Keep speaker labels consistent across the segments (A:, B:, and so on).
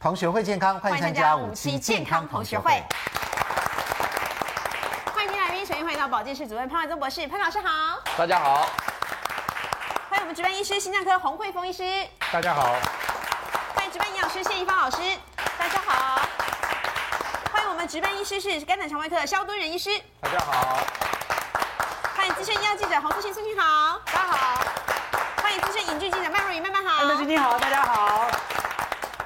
A: 同学会健康，欢迎参加五期健康同学会。
B: 欢迎新来宾，首先欢迎到保健室主任潘怀宗博士，潘老师好。
C: 大家好，
B: 欢迎我们值班医师心脏科洪慧峰医师，
D: 大家好，
B: 欢迎值班营养师谢一芳老师，大家好。欢迎我们值班医师是肝胆肠胃科的肖敦仁医师，
D: 大家好，
B: 欢迎资深医药记者洪素欣，素欣好，大家好。欢迎资深影剧记者麦若雨，麦
E: 啊
B: 麦
E: 哎
B: 好。
F: 安德你好，大家好。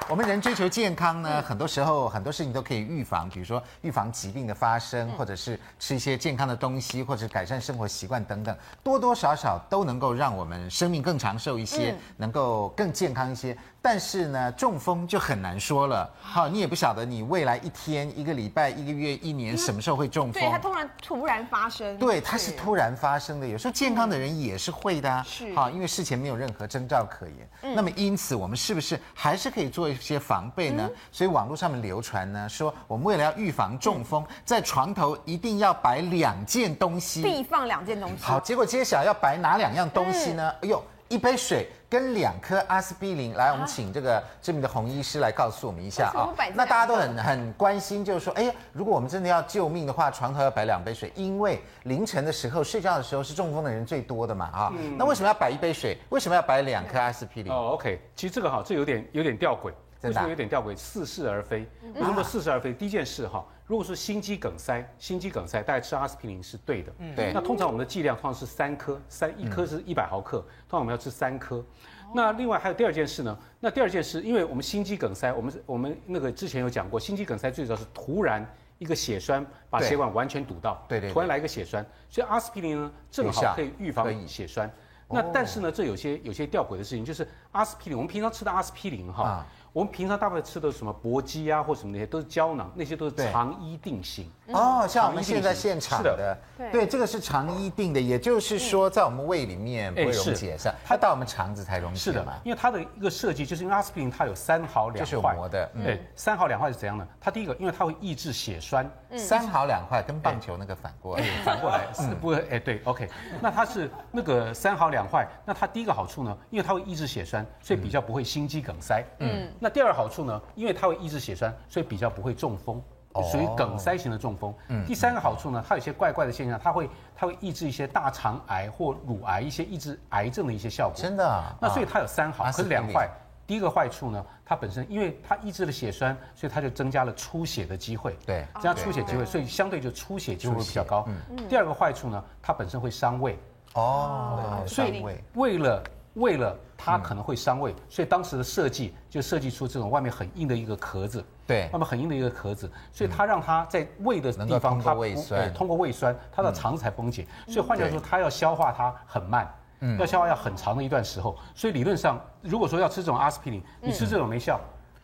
A: 我们人追求健康呢，很多时候很多事情都可以预防，比如说预防疾病的发生，或者是吃一些健康的东西，或者改善生活习惯等等，多多少少都能够让我们生命更长寿一些，能够更健康一些。但是呢，中风就很难说了，好，你也不晓得你未来一天、一个礼拜、一个月、一年什么时候会中风
B: 对，它突然突然发生。
A: 对，它是突然发生的，有时候健康的人也是会的啊。
B: 是
A: 好，因为事前没有任何征兆可言。那么因此，我们是不是还是可以做一些防备呢？所以网络上面流传呢，说我们为了要预防中风，在床头一定要摆两件东西。
B: 必放两件东西。
A: 好，结果揭晓要摆哪两样东西呢？哎呦，一杯水。跟两颗阿司匹林，来，我们请这个知名的洪医师来告啊诉我们一下
B: 为什
A: 啊
B: 么摆这。
A: 那
B: 两
A: 大家都很很关心，就是说，哎呀，如果我们真的要救命的话，床头要摆两杯水，因为凌晨的时候睡觉的时候是中风的人最多的嘛啊。那为什么要摆一杯水？为什么要摆两颗阿司匹林？
D: 哦，OK，其实这个哈，这有点有点吊诡，
A: 真的啊嗯
D: 为什么有点吊诡？似是而非。为什么似是而非？第一件事哈，如果是心肌梗塞，心肌梗塞大概吃阿司匹林是对的，
A: 对
D: 那通常我们的剂量通常是三颗，三
A: 嗯
D: 一颗是一百毫克，通常我们要吃三
A: 哦
D: 颗。那另外还有第二件事呢，那第二件事，因为我们心肌梗塞，我们我们那个之前有讲过，心肌梗塞最早是突然一个血栓把
A: 对
D: 血管完全堵到，
A: 对对对
D: 突然来一个血栓，所以阿司匹林呢正
A: 有效
D: 好可以预防
A: 可以
D: 血栓。那
A: 哦
D: 但是呢，这有些有些吊诡的事情，就是阿司匹林，我们平常吃的阿司匹林哈，
A: 啊
D: 我们平常大部分吃的什么搏击啊或什么那些都是胶囊，那些都是
A: 对
D: 肠衣定型。
A: 哦，像我们现在现场
D: 是嗯
A: 的，对，这个是肠衣定的，也就是说在我们胃里面不会
D: 哎是
A: 溶解，是吧它到我们肠子才溶
D: 是
A: 解
D: 的
A: 嘛，。
D: 因为它的一个设计，就是因为阿司匹林它有三好两坏，
A: 就是有膜的嗯
D: 对，三好两坏是怎样呢？它第一个，因为它会抑制血栓，
B: 嗯
A: 三好两坏，跟棒球那个反过来。
D: 反过来
A: 嗯
D: 是不会，哎，对，OK，那它是那个三好两坏，那它第一个好处呢，因为它会抑制血栓，所以比较不会心肌梗塞。嗯，那第二好处呢，因为它会抑制血栓，所以比较不会中风。
A: 哦
D: 属于梗塞型的中风。
A: 嗯
D: 第三个好处呢，它有一些怪怪的现象，它会它会抑制一些大肠癌或乳癌一些抑制癌症的一些效果。
A: 真的啊
D: 那所以它有三好，
A: 啊
D: 可是两
A: 是
D: 坏。第一个坏处呢，它本身因为它抑制了血栓，所以它就增加了出血的机会。
A: 对
D: 增加出血机会，所以相对就出血机会会比较高
A: 出血。
D: 第二个坏处呢，它本身会伤胃，
A: 哦，
D: 所
A: 伤
D: 以
A: 胃
D: 为了为了它可能会伤胃，所以当时的设计就设计出这种外面很硬的一个壳子。
A: 对
D: 外面很硬的一个壳子，所以它让它在胃的
A: 哎嗯能
D: 地
A: 够
D: 方，
A: 通过
D: 它
A: 胃
D: 不
A: 酸嗯
D: 对通过胃酸，它的肠子才崩解。所以换句话说，
A: 对
D: 它要消化它很慢，
A: 嗯
D: 要消化要很长的一段时候。所以理论上，如果说要吃这种阿司匹林，你吃这种没效，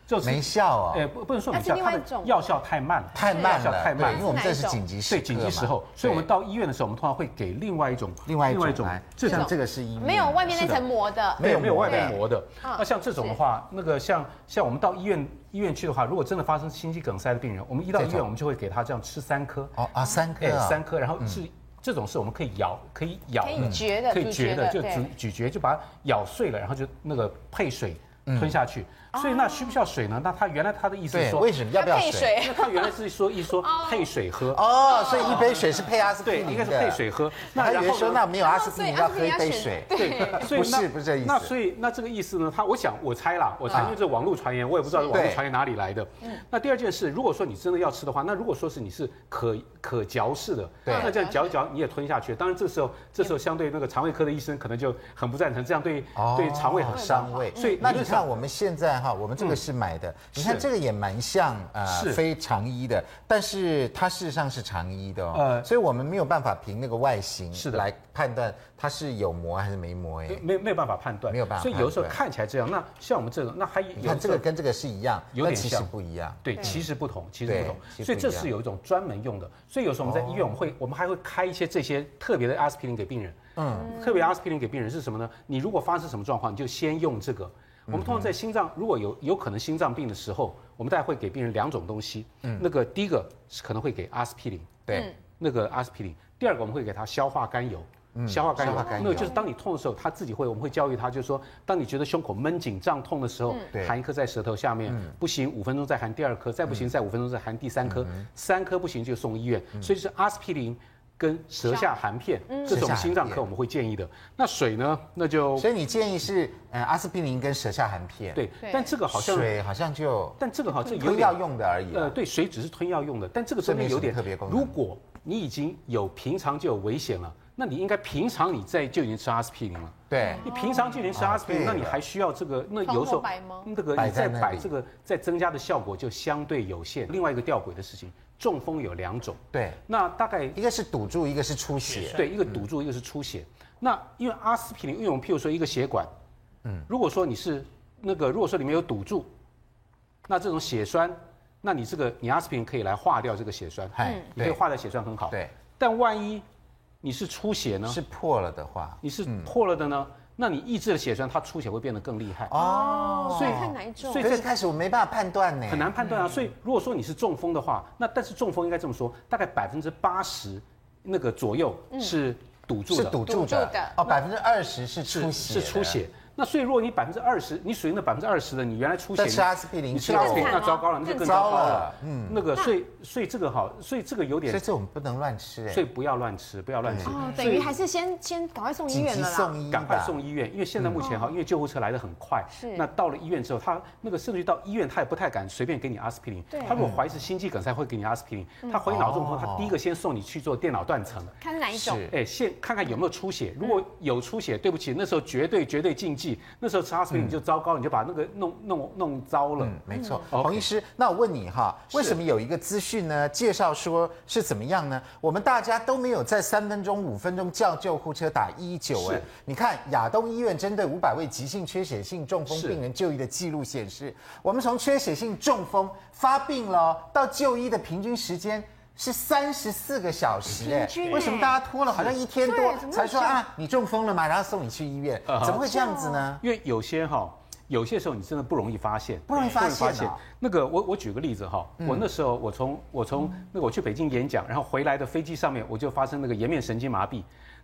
D: 就是
A: 没效哦。
D: 哎，不不能说
B: 那
D: 没
B: 是
D: 效，
B: 另
D: 它
B: 外
D: 的
B: 一种
D: 药效太慢了，
A: 太慢了，
D: 药效太慢
A: 对
D: 了
A: 因为我们这是紧急时刻
D: 对
A: 嘛，
D: 紧急时候，所以我们到医院的时候，我们通常会给另外一种
A: 对另外一种来，就像这个是医院
B: 没有外面那层膜的，
A: 没
D: 没
A: 有
D: 有没有
A: 膜
D: 外
A: 的
D: 面膜的。
A: 啊
B: 嗯
D: 那像这种的话，那个像像我们到医院医院去的话，如果真的发生心肌梗塞的病人，我们一到
A: 这
D: 医
A: 种
D: 院，我们就会给他这样吃三颗，
A: 哦啊三颗
D: 哎
A: 啊
D: 三颗，然后是这种是我们可以咬可以咬嗯
B: 可以嚼的
D: 可以嚼的，
B: 咀嚼
D: 就
B: 的
D: 咀咀嚼就把它咬碎了，然后就那个配水吞下去。所以那需不需要水呢？那他原来他的意
A: 嗯
D: 思是
A: 哦对，
D: 说
A: 为什么要不要
B: 配
A: 水？
B: 水
D: 那他原来是说一说配水喝，
A: 哦，所以一杯水是配阿司匹
D: 对，
A: 林的，
D: 应该是配水喝。
A: 那有人说
D: 呢
A: 那没有阿司匹林
B: 哦所以
A: 要喝一
B: 阿司匹林
A: 杯
B: 要选
A: 水，
D: 对，所以
A: 不是
D: 那
A: 不是这意思
D: 那所以那这个意思呢？他我想我猜啦，我猜，
A: 啊
D: 因为这网络传言，我也不知道网
A: 对嗯
D: 络传言哪里来的。那第二件事，如果说你真的要吃的话，那如果说是你是可可嚼式的，
A: 对
D: 那这样嚼一嚼你也吞下去。当然这时候这时候相对那个肠胃科的医生可能就很不赞成，这样对
A: 哦
D: 对肠胃很伤
A: 伤胃。
D: 所以
A: 那
D: 理
A: 你看
D: 论上
A: 我们现在哈，我们这个是买的，你看
D: 是
A: 这个也蛮像呃
D: 是
A: 非常衣的，但是它事实上是长衣的哦，
D: 呃
A: 所以我们没有办法凭那个外形
D: 是的
A: 来判断它是有膜还是没膜哎。
D: 没没有办法判断，
A: 没有办法
D: 所以有的时候
A: 判断
D: 看起来这样，那像我们这种，那还
A: 你看
D: 有的
A: 这
D: 时候
A: 个跟这个是一样，
D: 有
A: 但
D: 点
A: 其实
D: 像
A: 不一样。
D: 对，其实不同，其实不同
A: 其实不一样，哦
D: 所以这是有一种专门用的。所以有时候我们在医院，我们会，我们还会开一些这些特别的阿司匹林给病人。嗯，特别阿司匹林给病人是什么呢？你如果发生什么状况，你就先用这个。
A: 嗯
D: 我们通常在心脏如果有有可能心脏病的时候，我们大概会给病人两种东西。嗯，那个第一个是可能会给阿司匹林，
A: 对，
D: 那个阿司匹林；第二个我们会给他消化甘油。消化
A: 嗯
D: 甘
A: 消
D: 油
A: 化甘，油
D: 没有，就是当你痛的时候，它自己会，我们会教育它，就是说，当你觉得胸口闷紧、胀痛的时候，
A: 嗯对嗯
D: 含一颗在舌头下面，不行五分钟再含第二颗，再不行再五分钟再含第三颗，三颗不行就送医院。
A: 嗯
D: 所以就是阿司匹林跟舌下含片这
A: 舌下
D: 种
A: 含
D: 心脏科
A: 片
D: 我们会建议的。那水呢？那就
A: 所以你建议是呃阿司匹林跟舌下含片，，
D: 嗯对
B: 对，
D: 但这个好像，
A: 水好像就
D: 但这个好像有
A: 吞
D: 点
A: 药用的而已啦。
D: 呃，对，水只是吞药用的，但这个
A: 这
D: 这
A: 没
D: 边
A: 什么
D: 有点
A: 特别功能
D: 如果你已经有平常就有危险了，那你应该平常你在就已经吃阿司匹林
C: 哦
D: 了。
A: 对，
D: 你平常就已经吃阿司匹
A: 啊对
D: 林，那
A: 了
D: 你还需要这个？那
C: 床
D: 有时
C: 头
D: 候
C: 摆吗
D: 那个
A: 摆
D: 你
A: 在
D: 再
A: 那
D: 摆
A: 里
D: 这个，再增加的效果就相对有限。另外一个吊诡的事情，中风有两种，
A: 对，
D: 那大概
A: 一个是堵住，一个是出血，
D: 对，一个堵住，一个是出血。那因为阿司匹林，因为我们譬如说一个血管，嗯，如果说你是那个，如果说里面有堵住，那这种血栓，那你这个你阿司匹林可以来化掉这个血栓，
A: 嗨嗯
D: 你可以
A: 对
D: 化掉血栓很好。
A: 对，
D: 但万一你是出血呢？
A: 是嗯破了的话，
D: 你是破了的呢？那你抑制了血栓，它出血会变得更厉害。
A: 哦，
D: 所以
C: 看哪一种
D: 所以
A: 可
D: 这
A: 是一开始我没办法判断呢，
D: 很难判断啊。
A: 嗯
D: 所以如果说你是中风的话，那但是中风应该这么说，大概百分之八十那个左右是堵住
A: 是
D: 的，
A: 堵住
C: 堵住
A: 的
C: 的
A: 哦，百分之二十是出血，
D: 是出。血。那所以如果你百分之二十，你属于那百分之二十的，你原来出血，
A: 再吃阿司匹林
D: 你吃
A: 就
D: 阿司匹林
B: 更惨吗
D: 那糟糕了，那就
B: 更
D: 更
A: 糟
D: 糟糕
A: 了
D: 了。嗯，那个所以所以这个好，所以这个有
A: 所以
D: 点，
A: 这我们不能乱吃哎
D: 所以，不要乱吃，不要乱吃。
C: 哦，
D: 所
C: 等于
D: 以
C: 还是先先赶快送医
A: 紧
C: 院
A: 急
C: 了啦
A: 送。医吧，
D: 赶快送医院，因为现在目前哈，因为救护车来的很快，
C: 嗯是
D: 那到了医院之后，他那个甚至于到医院，他也不太敢随便给你阿司匹林
C: 对。嗯
D: 他如果
A: 嗯
D: 怀疑是心肌梗塞，会给你阿司匹林；他怀疑脑中风，
A: 哦
D: 他第一个先送你去做电脑断层。
C: 看是哪一种？
A: 是嗯
D: 哎，先看看有没有出血。如果有出血，对不起，那时候绝对绝对禁忌。那时候吃阿司匹林就糟糕，你就把那个弄弄弄糟了。
A: 嗯，没错，
D: OK
A: 洪医师，那我问你哈，
D: 是
A: 为什么有一个资讯呢？介绍说是怎么样呢？我们大家都没有在三分钟、五分钟叫救护车打一一九哎
D: 是。
A: 你看亚东医院针对五百位急性缺血性中风
D: 是
A: 病人就医的记录显示，我们从缺血性中风发病了到就医的平均时间。是三十四个小时哎
C: 平均，哎
A: 为什么大家拖了好像一天多
C: 对怎么会
A: 才说
C: 这样
A: 啊你中风了吗？然后送你去医院，
D: 啊哈
A: 怎么会这样子呢？
D: 因为有些哈，有些时候你真的不容易发现，
A: 不容易发现啊嗯
D: 那个我我举个例子哈，我那时候我从我从那个我去北京演讲，然后回来的飞机上面我就发生那个颜面神经麻痹。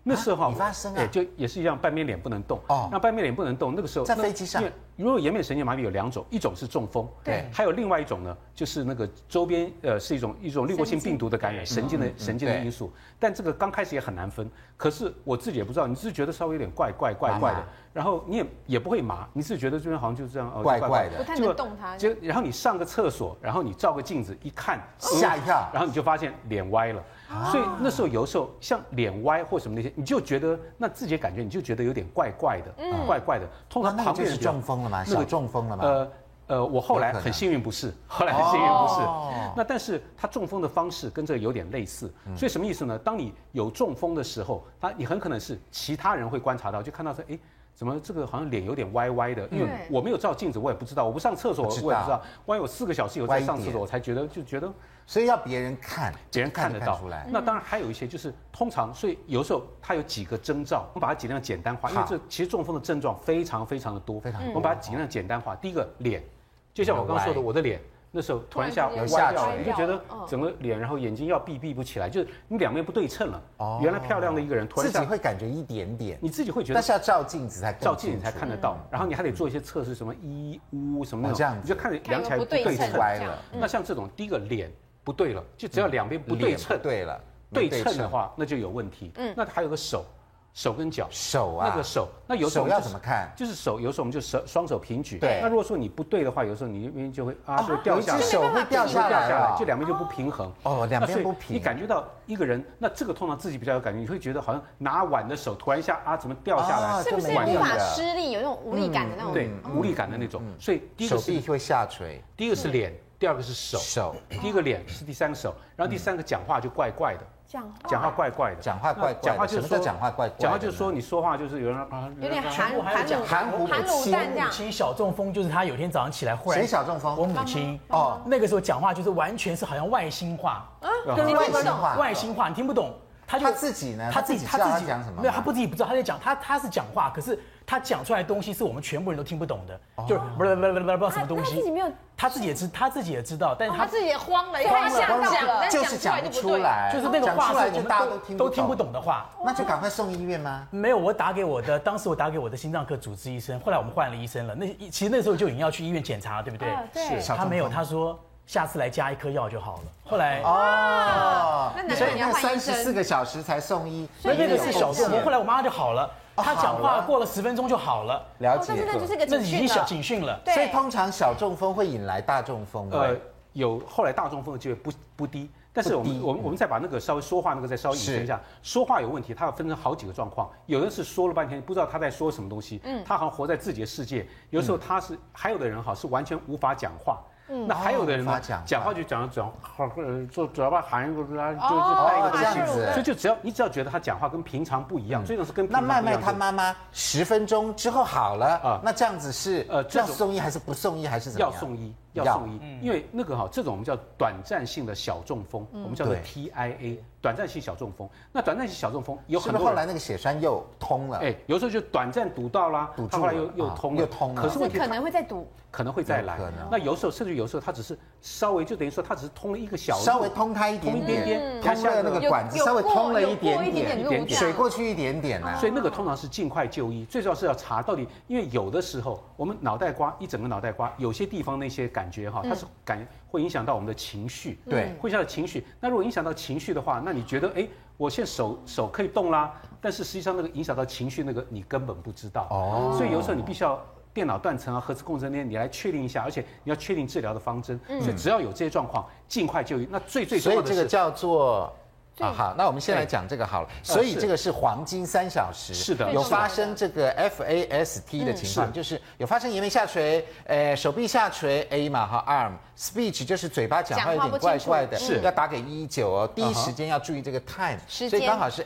D: 那时候哈
A: 啊你发生啊
D: 哎就也是一样，半边脸不能动。
A: 哦
D: 哦，那半边脸不能动，那个时候
A: 在
D: 那
A: 飞机上
D: 因为如果颜面神经麻痹有两种，一种是中风，
A: 对
D: 还有另外一种呢，就是那个周边呃是一种一种滤过性病毒的感染，神经的神经的
A: 对
D: 因素。但这个刚开始也很难分，可是我自己也不知道，你是觉得稍微有点怪怪怪怪
A: 麻
D: 的
A: 麻，
D: 然后你也也不会麻，你是觉得这边好像就是这样，哦
A: 怪怪的
C: 不太能
D: 结果
C: 动它
D: 就然后你上个厕所，然后你照个镜子一看，嗯
A: 吓一跳啊
D: 然后你就发现脸歪了。所以那时候有时候像脸歪或什么那些，你就觉得那自己的感觉，你就觉得有点怪怪的，
C: 嗯
D: 怪怪的。通
A: 那
D: 常
A: 啊那
D: 旁
A: 个就
D: 边
A: 是
D: 人比较
A: 中风了吗？
D: 那个
A: 小中风了吗？
D: 呃呃，我后来
A: 有可能
D: 很幸运不是， 后来很幸运不是。
A: 哦
D: 那但是它中风的方式跟这个有点类似，
A: 嗯
D: 所以什么意思呢？当你有中风的时候，它你很可能是其他人会观察到，就看到说，哎。怎么这个好像脸有点歪歪的？因为
C: 对
D: 我没有照镜子，我也不知道，我不上厕所，
A: 不嗯
D: 我
A: 知
D: 也
A: 道
D: 不知道。万一我四个小时以后
A: 歪
D: 再
A: 一
D: 上厕
A: 点
D: 所，我才觉得就觉得
A: 所以要别人看，
D: 别人
A: 一
D: 看
A: 就
D: 得到
A: 出来。
D: 那当然还有一些就是通常，所以有时候它有几个征兆，我们把它尽量简单化，因为
A: 好
D: 这其实中风的症状非常非常的多，
A: 非常多嗯
D: 我们把它尽量简单化。第一个脸，就像我刚刚说的，我的脸。那时候突然一下
C: 突
D: 歪
C: 然
A: 之间有
D: 掉
A: 下
D: 了，
A: 垂
D: 你就觉得
C: 嗯
D: 整个脸，然后眼睛要闭闭不起来，就是你两边不对称了
A: 哦。
D: 原来漂亮的一个人，突
A: 自
D: 然一
A: 己
D: 下
A: 会感觉一点点，
D: 你自己会觉得
A: 但是要照镜子才更
D: 照镜子才
A: 清楚
D: 看得到，然后你还得做一些测试，什么一五什么那
A: 哦这
D: 种
A: 样，子
D: 你就看着量起
C: 看有没有
D: 来不
C: 不对
D: 对
C: 称
D: 称
A: 就。歪
C: 这样
A: 了，
D: 那像这种，第一个脸不对了，就只要两边不对
A: 脸
D: 称
A: 不，对了，
D: 对
A: 没
D: 称的，话，那就有问题。嗯，那还有个手，手跟脚，
A: 手啊，
D: 那个手，那有时
A: 手
D: 候我们
A: 要
D: 就
A: 怎么看？
D: 就是手，有时候我们就手双手平举。
A: 对
D: 那如果说你不对的话，有时候你那边就会啊，就掉
A: 有一
D: 下来
A: 只。手会掉
D: 就会
A: 下
D: 掉
A: 来
D: 下
A: 了
D: 来，就，两边就不平衡。
A: 哦两边
D: 那所以
A: 不平
D: 你感觉到一个人，那这个通常自己比较有感觉，你会觉得好像拿碗的手突然一下啊，怎么掉下
A: 啊
D: 来？
C: 是不是
A: 这没
C: 无
A: 有
C: 法
A: 的嗯
C: 施力，有那种无力感的那种？
D: 对，无力感的那种。所以第一个
A: 手
D: 是
A: 臂会下垂，
D: 第一个是脸，第二个是手，
A: 手
D: 第一个脸是第三个手，然后第三个讲话就怪怪的，
C: 讲话
D: 讲话怪怪的，
A: 讲话怪怪的
D: 那讲话就是
A: 什么
D: 说
A: 叫讲话怪怪的呢
D: 讲话就是说你说话就是有人啊，
C: 有点
D: 啊
C: 含
F: 我还有
C: 含
F: 讲
C: 卤
A: 含糊
C: 含
A: 其
C: 卤蛋这样。
F: 其实小中风就是他有一天早上起来忽然
A: 谁小中风
F: 我母亲
A: 哦
F: 哦，那个时候讲话就是完全是好像外星话，
C: 啊
A: 跟外星话，
F: 外星话你听不懂。他
A: 啊他自己呢
F: 他自己
A: 他自己知道他讲什么吗
F: 没有，他不自己不知道，他在讲他他是讲话，可是他讲出来的东西是我们全部人都听不懂的，
A: 哦
F: 就是不不不不不不不什么东
C: 他自己
F: 西，
C: 没有，哦
F: 他自己也知他自己也知道，但是
E: 他
F: 他
E: 自己也慌了，因为
C: 慌了
E: 他想
C: 啊慌了
E: 讲了，但
A: 就是
E: 讲
A: 讲
E: 出
A: 不
E: 来就
A: 出
E: 不
A: 来，
E: 对了。
F: 就是那个
A: 讲
F: 话
A: 出
F: 是
A: 来
F: 我
A: 就
F: 们
A: 大家
F: 都
A: 都听
F: 都听不，懂的话。
A: 那就赶快送医院吗？
F: 没有，我打给我的，当时我打给我的心脏科主治医生，后来我们换了医生了。那一其实那时候就已经要去医院检查了，对不对？
C: 啊对
A: 是
F: 他没有，
A: 小中风
F: 他说下次来加一颗药就好了。后来
A: 哦，
B: 那难怪
A: 所以
B: 你要
A: 那
B: 换医
A: 三十
B: 生
A: 四个小时才送医，
F: 那那个是小
A: 时
F: 中风，后来我妈就好了，
A: 哦
F: 她讲
A: 好
F: 话
A: 了
F: 过了十分钟就好了，
A: 了
B: 哦，
A: 解
B: 但是。那就是个
F: 那
B: 警
A: 啊
B: 讯
F: 已经小
B: 了。
F: 警讯了。
B: 对
A: 所以通常小中风会引来大中风，
D: 呃
A: 对，
D: 有后来大中风的机会不不低，但是我
A: 不
D: 们
A: 低嗯
D: 我们我们再把那个稍微说话那个再稍微引申一下，说话有问题，它要分成好几个状况，有的是说了半天不知道他在说什么东西，
A: 嗯
D: 他好像活在自己的世界，有时候他是还有的人哈是完全无法讲话。那还有的人
A: 哦无法
D: 呢
A: 讲话，
D: 讲话就讲讲，呃就嘴巴含就就是带一
A: 哦
D: 个
A: 这
D: 东西
A: 样子嗯
D: 所以就只要你只要觉得他讲话跟平常不一样，最重要是跟平
A: 那
D: 常不一
A: 麦麦
D: 样。就
A: 她妈妈十分钟之后好了，
D: 啊
A: 那这样子是
D: 呃这
A: 要
D: 种
A: 送医还是不送医还是怎么
D: 要
A: 样？
D: 送医，要
A: 要
D: 送医，因为那个哈，这种我们叫短暂性的小中风，我们叫做
A: 嗯对
D: TIA，短暂性小中风。那短暂性小中风有
A: 是
D: 很
A: 不是
D: 多
A: 后来
D: 人。
A: 那个血栓又通了？
D: 哎，有时候就短暂堵到啦，
A: 堵
D: 他
A: 住
D: 后来
A: 了
D: 又又
A: 啊
D: 通了，
A: 又通了
D: 可是问题
C: 可
D: 它
C: 能会再赌。
D: 可能会再
A: 有
D: 来
A: 可能。
D: 那有时候甚至有时候他只是稍微就等于说他只是通了一个小路
A: 稍微通开一点
D: 通一点
A: 点，
D: 点，它
A: 通了那个管子
E: 有
A: 稍微
E: 过
A: 通了
E: 有
A: 一
E: 过
A: 点
E: 一点
A: 点，
E: 点
D: 路这样
A: 水过去一点点啊呢。
D: 所以那个通常是尽快就医，最重要是要查到底，因为有的时候我们脑袋瓜一整个脑袋瓜，有些地方那些感觉哈，
A: 嗯
D: 它是感会影响到我们的情绪，
A: 对
D: 哎会影响到情绪。那如果影响到情绪的话，那你觉得哎，我现在手手可以动啦，但是实际上那个影响到情绪那个你根本不知道
A: 哦
D: 哦，所以有时候你必须要。电脑断层啊，核磁共振那些，你来确定一下，而且你要确定治疗的方针。所以只要有这些状况，尽快就医。那最最重
A: 嗯所以
D: 要的
A: 这
D: 是，
A: 个叫做。啊好，那我们先来
D: 对
A: 讲这个好了。所以
D: 是
A: 这个是黄金三小时，
D: 是的
A: 有
D: 是
A: 发生这个 FAST 的情况，
D: 是
A: 就是有发生颜面下垂，呃，手臂下垂 A 嘛哈 arm speech 就是嘴巴讲话有
E: 讲话
A: 点
E: 不
A: 怪
E: 清楚
A: 怪的，
D: 是嗯
A: 要打给一一九哦，第一时间要注意这个 time，
E: 时间
A: 所以刚好是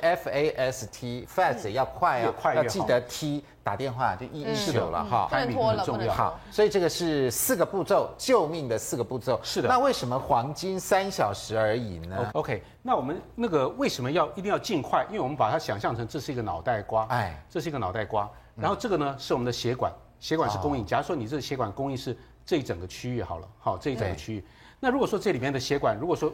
A: FAST fast 也要快
D: 嗯越
A: 啊，
D: 快
A: 要
D: 越好嗯
A: 记得 T 打电话就一一
D: 是的
A: 九了哈。
E: 嗯不能拖了，不能拖
A: 好，所以这个是四个步骤，救命的四个步骤。
D: 是的哦
A: 那为什么黄金三小时而已呢？
D: OK，那我们那个为什么要一定要尽快？因为我们把它想象成这是一个脑袋瓜，
A: 哎
D: 哎，这是一个脑袋瓜，
A: 嗯
D: 然后这个呢是我们的血管，血管是供
A: 哦
D: 应。假如说你这个血管供应是这一整个区域好了，好这一整个
A: 对
D: 区域。那如果说这里面的血管，如果说